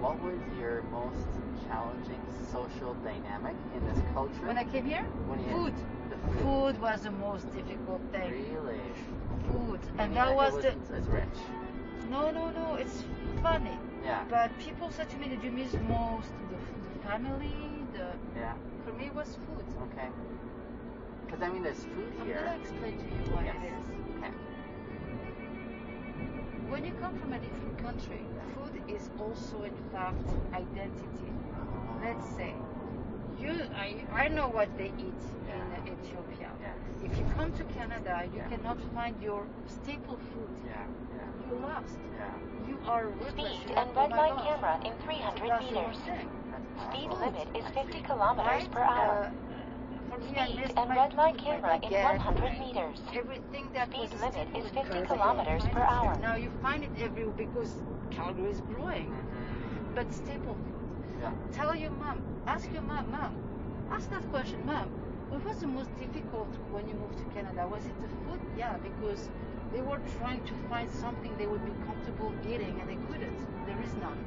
Speaker 2: what was your most challenging social dynamic in this culture?
Speaker 4: When I came here,
Speaker 2: When you-
Speaker 4: food.
Speaker 2: The food.
Speaker 4: Food was the most difficult thing.
Speaker 2: Really?
Speaker 4: Food,
Speaker 2: You
Speaker 4: and that
Speaker 2: mean
Speaker 4: was
Speaker 2: it
Speaker 4: the
Speaker 2: wasn't as rich.
Speaker 4: no, no, no. It's funny,
Speaker 2: Yeah.
Speaker 4: but people said to me that you miss most the, the family. The
Speaker 2: Yeah.
Speaker 4: for me it was food.
Speaker 2: Okay. Because I mean, there's food
Speaker 4: I'm
Speaker 2: here.
Speaker 4: gonna explain to you why it
Speaker 2: Yes.
Speaker 4: is.
Speaker 2: Okay.
Speaker 4: When you come from a different country, food is also in fact identity. Let's say you, I, I know what they eat in
Speaker 2: Yeah.
Speaker 4: Ethiopia.
Speaker 2: Yeah.
Speaker 4: If you come to Canada, you
Speaker 2: Yeah.
Speaker 4: cannot find your staple food.
Speaker 2: Yeah.
Speaker 4: You're lost.
Speaker 2: Yeah. Yeah.
Speaker 4: You are ruthless.
Speaker 3: Speed and red line camera in 300
Speaker 4: That's what
Speaker 3: meters.
Speaker 4: I'm saying.
Speaker 2: That's
Speaker 3: Speed
Speaker 2: awful.
Speaker 3: limit is
Speaker 2: I
Speaker 3: 50
Speaker 2: see.
Speaker 3: kilometers
Speaker 4: Right?
Speaker 3: per hour.
Speaker 4: Uh, for me, I
Speaker 3: Speed
Speaker 4: missed
Speaker 3: and
Speaker 4: my
Speaker 3: red line
Speaker 4: food, my
Speaker 3: camera in
Speaker 4: baguette,
Speaker 3: 100
Speaker 4: my-
Speaker 3: meters.
Speaker 4: Everything that
Speaker 3: Speed
Speaker 4: was
Speaker 3: limit
Speaker 4: staple
Speaker 3: is
Speaker 4: in
Speaker 3: 50
Speaker 4: Calgary,
Speaker 3: kilometers
Speaker 4: you
Speaker 3: per
Speaker 4: find it
Speaker 3: hour.
Speaker 4: there. Now you find it everywhere because Calgary is growing,
Speaker 2: Mm-hmm.
Speaker 4: but staple food.
Speaker 2: Yeah.
Speaker 4: Tell your mom, ask your mom, mom, ask that question, mom. What was the most difficult when you moved to Canada? Was it the food? Yeah, because they were trying to find something they would be comfortable eating and they couldn't. There is none.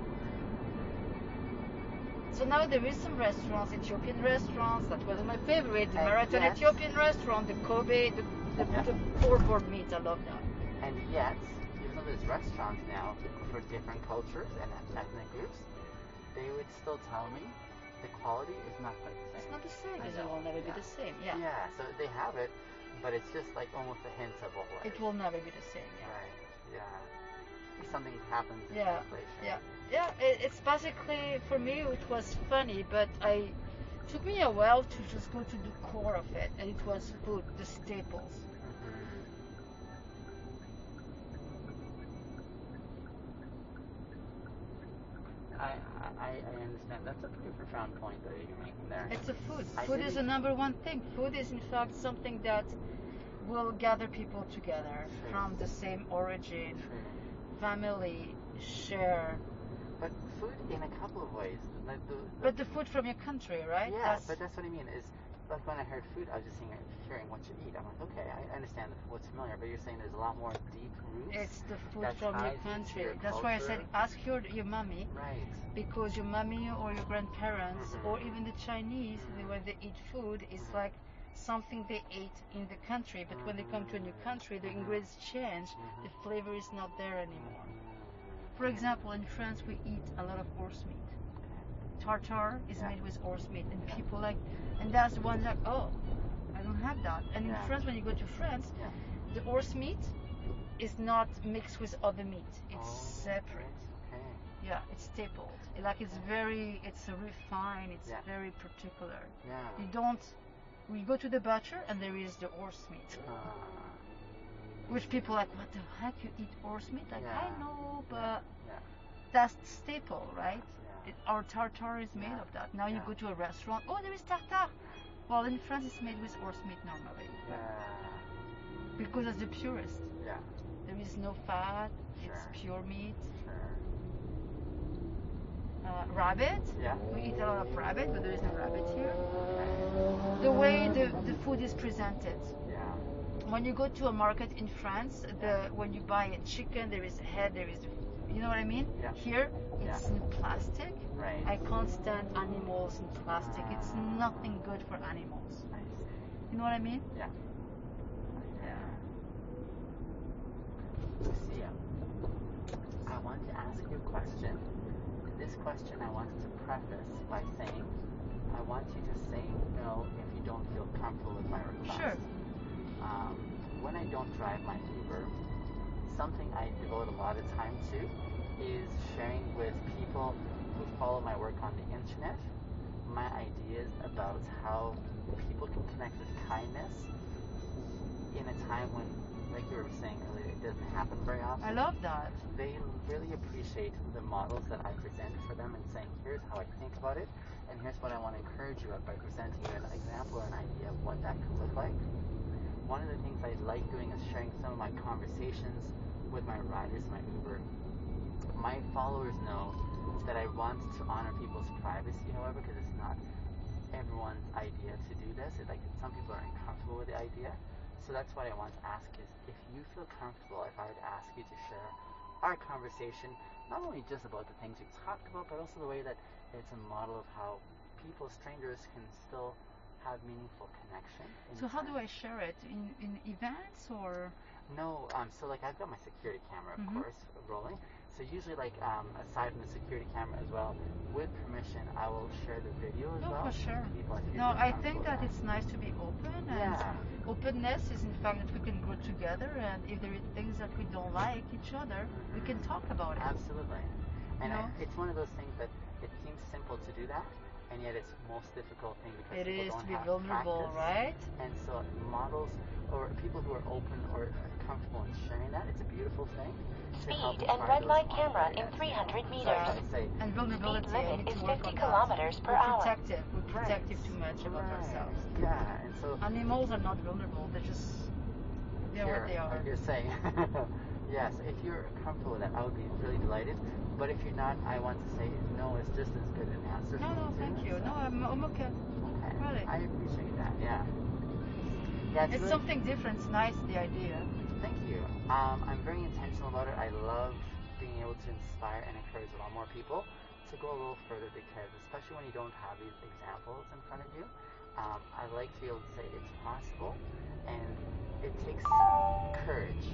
Speaker 4: So now there is some restaurants, Ethiopian restaurants. That was my favorite, the
Speaker 2: Uh,
Speaker 4: Marathon
Speaker 2: yes.
Speaker 4: Ethiopian restaurant, the Kobe, the the,
Speaker 2: Yeah.
Speaker 4: the four board meat. I love that.
Speaker 2: And yet, even though there's restaurants now for different cultures and ethnic groups, they would still tell me the quality is not quite the
Speaker 4: It's
Speaker 2: same.
Speaker 4: not the same.
Speaker 2: I
Speaker 4: It
Speaker 2: know,
Speaker 4: will never be
Speaker 2: yeah.
Speaker 4: the same. Yeah.
Speaker 2: so they have it, but it's just like almost a hint of what
Speaker 4: It will never be the same. Yeah.
Speaker 2: Right. Yeah. Something happens in
Speaker 4: Yeah,
Speaker 2: translation.
Speaker 4: yeah. Yeah. It, it's basically for me. It was funny, but I took me a while to just go to the core of it, and it was food, the staples.
Speaker 2: I, I, I understand. That's a pretty profound point that you're making there.
Speaker 4: It's a food.
Speaker 2: I
Speaker 4: Food is the
Speaker 2: didn't-
Speaker 4: number one thing. Food is in fact something that will gather people together
Speaker 2: Sure.
Speaker 4: from the same origin,
Speaker 2: True.
Speaker 4: family, share.
Speaker 2: But food in a couple of ways. Like the, the-
Speaker 4: But the food from your country, right?
Speaker 2: yeah,
Speaker 4: That's-
Speaker 2: but that's what I mean. Is like when I heard food, I was just hearing, hearing what you eat. I'm like, okay, I understand what's familiar, but you're saying there's a lot more deep roots.
Speaker 4: It's the food
Speaker 2: That's
Speaker 4: from your
Speaker 2: tied to
Speaker 4: country.
Speaker 2: your
Speaker 4: That's why I said
Speaker 2: culture.
Speaker 4: ask your your mommy
Speaker 2: Right.
Speaker 4: because your mommy or your grandparents
Speaker 2: Mhm.
Speaker 4: or even the Chinese, the way they eat food is
Speaker 2: Mm-hmm.
Speaker 4: like something they ate in the country. But when they come to a
Speaker 2: Mm-hmm.
Speaker 4: new country, the ingredients change. The flavor is not there anymore. For
Speaker 2: Mm-hmm.
Speaker 4: example, in France, we eat a lot of horse meat. Tartar is
Speaker 2: Yeah.
Speaker 4: made with horse meat, and people like, and that's the one like, oh, I don't have that. And
Speaker 2: Yeah.
Speaker 4: in France, when you go to France,
Speaker 2: Yeah.
Speaker 4: the horse meat is not mixed with other meat. It's
Speaker 2: Oh,
Speaker 4: separate.
Speaker 2: Okay.
Speaker 4: Yeah, it's stapled. Like it's very, it's refined. It's
Speaker 2: Yeah.
Speaker 4: very particular.
Speaker 2: Yeah.
Speaker 4: You don't. We go to the butcher, and there is the horse meat,
Speaker 2: Uh,
Speaker 4: which people like, what the heck? You eat horse meat? Like
Speaker 2: Yeah.
Speaker 4: I know, but
Speaker 2: yeah.
Speaker 4: that's the staple, right?
Speaker 2: Yeah.
Speaker 4: It, our tartar is made
Speaker 2: Yeah.
Speaker 4: of that. Now you
Speaker 2: Yeah.
Speaker 4: go to a restaurant, oh, there is tartar. Well, in France, it's made with horse meat normally
Speaker 2: Uh,
Speaker 4: because it's the purest.
Speaker 2: yeah.
Speaker 4: There is no fat,
Speaker 2: Sure.
Speaker 4: it's pure meat.
Speaker 2: Sure.
Speaker 4: Uh, rabbit,
Speaker 2: Yeah.
Speaker 4: we eat a lot of rabbit, but there is no rabbit here.
Speaker 2: Okay.
Speaker 4: The way the, the food is presented
Speaker 2: Yeah.
Speaker 4: on when you go to a market in France, the when you buy a chicken, there is head, there is, you know what I mean?
Speaker 2: Yeah.
Speaker 4: Here, it's in plastic.
Speaker 2: Right.
Speaker 4: I can't stand animals in plastic. It's nothing good for animals.
Speaker 2: I see.
Speaker 4: You know what I mean?
Speaker 2: Yeah. Yeah. Lucia, I want to ask you a question. This question I wanted to preface by saying I want you to say no if you don't feel comfortable with my request.
Speaker 4: Sure.
Speaker 2: Um, when I don't drive my Uber, something I devote a lot of time to is sharing with people who follow my work on the internet my ideas about how people can connect with kindness in a time when, like you were saying earlier, it doesn't happen very often.
Speaker 4: I love that.
Speaker 2: They really appreciate the models that I present for them and saying, here's how I think about it, and here's what I want to encourage you about by presenting you an example or an idea of what that could look like. One of the things I like doing is sharing some of my conversations with my riders, my Uber. My followers know that I want to honor people's privacy, however, because it's not everyone's idea to do this. It's like some people are uncomfortable with the idea. So that's what I want to ask is if you feel comfortable, if I would ask you to share our conversation, not only just about the things we talked about, but also the way that it's a model of how people, strangers, can still have meaningful connection. in
Speaker 4: So how
Speaker 2: time.
Speaker 4: do I share it in, in events or?
Speaker 2: No, um, so like I've got my security camera, of
Speaker 4: Mhm.
Speaker 2: course, rolling. So usually, like um, aside from the security camera as well, with permission, I will share the video as
Speaker 4: No,
Speaker 2: well.
Speaker 4: Oh, for sure.
Speaker 2: to people if you feel
Speaker 4: No, I
Speaker 2: comfortable
Speaker 4: think
Speaker 2: with
Speaker 4: that it's nice to be open and
Speaker 2: yeah,
Speaker 4: openness is in fact that we can grow together and if there are things that we don't like each other, we can
Speaker 2: Mhm.
Speaker 4: talk about it.
Speaker 2: absolutely. And
Speaker 4: You
Speaker 2: I-
Speaker 4: know?
Speaker 2: it's one of those things that it seems simple to do that, and yet it's the most difficult thing because
Speaker 4: It
Speaker 2: people
Speaker 4: is
Speaker 2: don't
Speaker 4: to be
Speaker 2: have
Speaker 4: vulnerable,
Speaker 2: practice.
Speaker 4: right?
Speaker 2: And so models or people who are open or comfortable in sharing that, it's a beautiful thing. to help
Speaker 3: Speed and
Speaker 2: find
Speaker 3: red
Speaker 2: those
Speaker 3: light
Speaker 2: online
Speaker 3: camera in
Speaker 2: guides.
Speaker 3: 300
Speaker 2: So I
Speaker 3: meters.
Speaker 2: should say,
Speaker 4: And vulnerability.
Speaker 3: Speed
Speaker 4: I
Speaker 3: limit
Speaker 4: need to
Speaker 3: is
Speaker 4: work
Speaker 3: 50
Speaker 4: on that.
Speaker 3: kilometers per
Speaker 4: We're
Speaker 3: hour.
Speaker 4: protective. We're
Speaker 2: Right.
Speaker 4: protective too much about
Speaker 2: Right.
Speaker 4: ourselves.
Speaker 2: Yeah, and so
Speaker 4: Animals are not vulnerable. They're just they're
Speaker 2: sure,
Speaker 4: what they are.
Speaker 2: Like you're saying, *laughs* yes. If you're comfortable with that, I would be really delighted. But if you're not, I want to say no is just as good an answer.
Speaker 4: No,
Speaker 2: for
Speaker 4: no,
Speaker 2: too,
Speaker 4: thank you.
Speaker 2: so-
Speaker 4: No, I'm, I'm okay.
Speaker 2: okay.
Speaker 4: really.
Speaker 2: I appreciate that. Yeah. Yeah,
Speaker 4: It's
Speaker 2: really-
Speaker 4: something different. It's nice the idea.
Speaker 2: Thank you. Um, I'm very intentional about it. I love being able to inspire and encourage a lot more people to go a little further because, especially when you don't have these examples in front of you, um, I like to be able to say it's possible and it takes courage.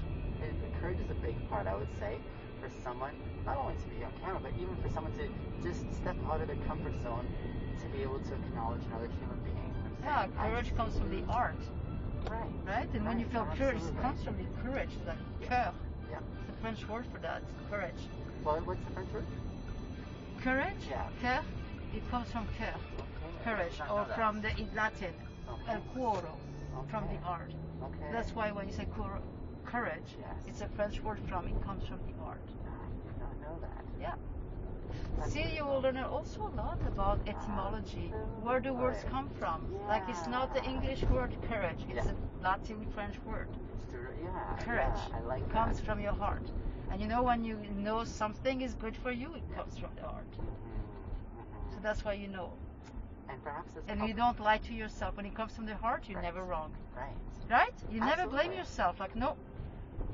Speaker 2: It, courage is a big part, I would say, for someone, not only to be on camera, but even for someone to just step out of their comfort zone to be able to acknowledge another human being. and say,
Speaker 4: Yeah,
Speaker 2: "I
Speaker 4: courage
Speaker 2: see
Speaker 4: comes from the
Speaker 2: you."
Speaker 4: art,
Speaker 2: Right.
Speaker 4: right? And when you
Speaker 2: Right,
Speaker 4: feel courage, it
Speaker 2: absolutely.
Speaker 4: comes from the courage, like
Speaker 2: Yeah.
Speaker 4: coeur.
Speaker 2: Yeah.
Speaker 4: It's a French word for that. Courage.
Speaker 2: Well, what's the French word?
Speaker 4: Courage.
Speaker 2: Yeah.
Speaker 4: Coeur. It comes from coeur,
Speaker 2: Okay, I
Speaker 4: courage,
Speaker 2: did not
Speaker 4: or
Speaker 2: know that.
Speaker 4: from the in Latin,
Speaker 2: Okay.
Speaker 4: el cuoro, from
Speaker 2: Okay.
Speaker 4: the art.
Speaker 2: Okay.
Speaker 4: That's why when you say cour- courage,
Speaker 2: Yes.
Speaker 4: it's a French word from. It comes from the art.
Speaker 2: I did not know that.
Speaker 4: Yeah.
Speaker 2: That's
Speaker 4: See, you will learn also a lot about etymology, where the words
Speaker 2: Absolutely.
Speaker 4: come from. Like it's not the
Speaker 2: Yeah.
Speaker 4: English word courage; it's
Speaker 2: Yeah.
Speaker 4: a Latin French word.
Speaker 2: It's through- yeah.
Speaker 4: Courage
Speaker 2: Yeah, I like
Speaker 4: comes
Speaker 2: that.
Speaker 4: from your heart, and you know when you know something is good for you, it
Speaker 2: Yeah.
Speaker 4: comes from the heart.
Speaker 2: Mhm,
Speaker 4: So
Speaker 2: mhm.
Speaker 4: that's why you know.
Speaker 2: And perhaps it's
Speaker 4: And you
Speaker 2: helpful-
Speaker 4: don't lie to yourself. When it comes from the heart, you're
Speaker 2: Right.
Speaker 4: never wrong,
Speaker 2: Right.
Speaker 4: right? You never blame
Speaker 2: Absolutely.
Speaker 4: yourself. Like no,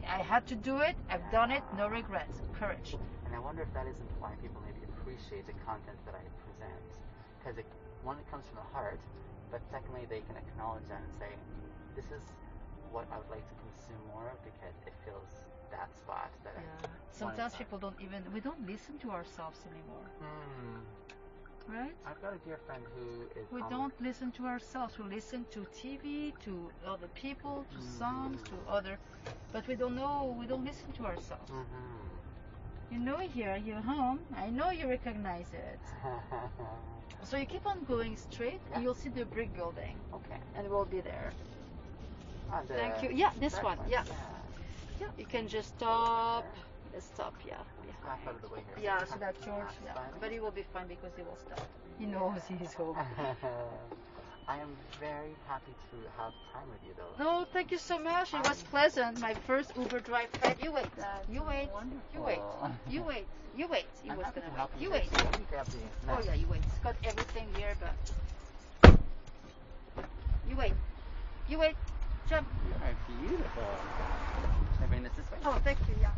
Speaker 4: I had to do it. I've done it. No regrets. Courage.
Speaker 2: And I wonder if that isn't why people maybe appreciate the content that I present, because it, one, it comes from the heart, but secondly, they can acknowledge that and say, "This is what I would like to consume more of because it fills that spot that
Speaker 4: Yeah.
Speaker 2: I."
Speaker 4: Sometimes
Speaker 2: wanted to-"
Speaker 4: people don't even we don't listen to ourselves anymore,
Speaker 2: Hmm.
Speaker 4: right?
Speaker 2: I've got a dear friend who is.
Speaker 4: We
Speaker 2: on-
Speaker 4: don't listen to ourselves. We listen to TV, to other people, to
Speaker 2: Mm-hmm.
Speaker 4: songs, to other, but we don't know. We don't listen to ourselves.
Speaker 2: Mhm.
Speaker 4: You know here, you're home. I know you recognize it. So you keep on going straight.
Speaker 2: Yeah.
Speaker 4: You'll see the brick building,
Speaker 2: *laughs* okay.
Speaker 4: and we'll be there.
Speaker 2: Ah, the
Speaker 4: Uh, Thank you. Yeah, this
Speaker 2: back
Speaker 4: one. Yeah.
Speaker 2: yeah.
Speaker 4: Yeah, you can just stop. Stop. Yeah.
Speaker 2: It's half out of the way here.
Speaker 4: Yeah, so that church,
Speaker 2: That's
Speaker 4: yeah.
Speaker 2: fine.
Speaker 4: But it will be fine because he will stop. He knows he's home.
Speaker 2: *laughs* I am very happy to have time with you, though.
Speaker 4: No, thank you so much. It was pleasant. My first Uber drive. But you wait. You wait. You wait. You wait. You wait. He
Speaker 2: I'm
Speaker 4: was
Speaker 2: happy
Speaker 4: gonna
Speaker 2: to help
Speaker 4: wait.
Speaker 2: you.
Speaker 4: You wait.
Speaker 2: here, so Let me grab the.
Speaker 4: Oh yeah, you wait. It's got everything here, but you wait. You wait. Jump.
Speaker 2: yeah.
Speaker 5: beautiful. I mean, it's this way.
Speaker 2: Oh, thank you. Yeah.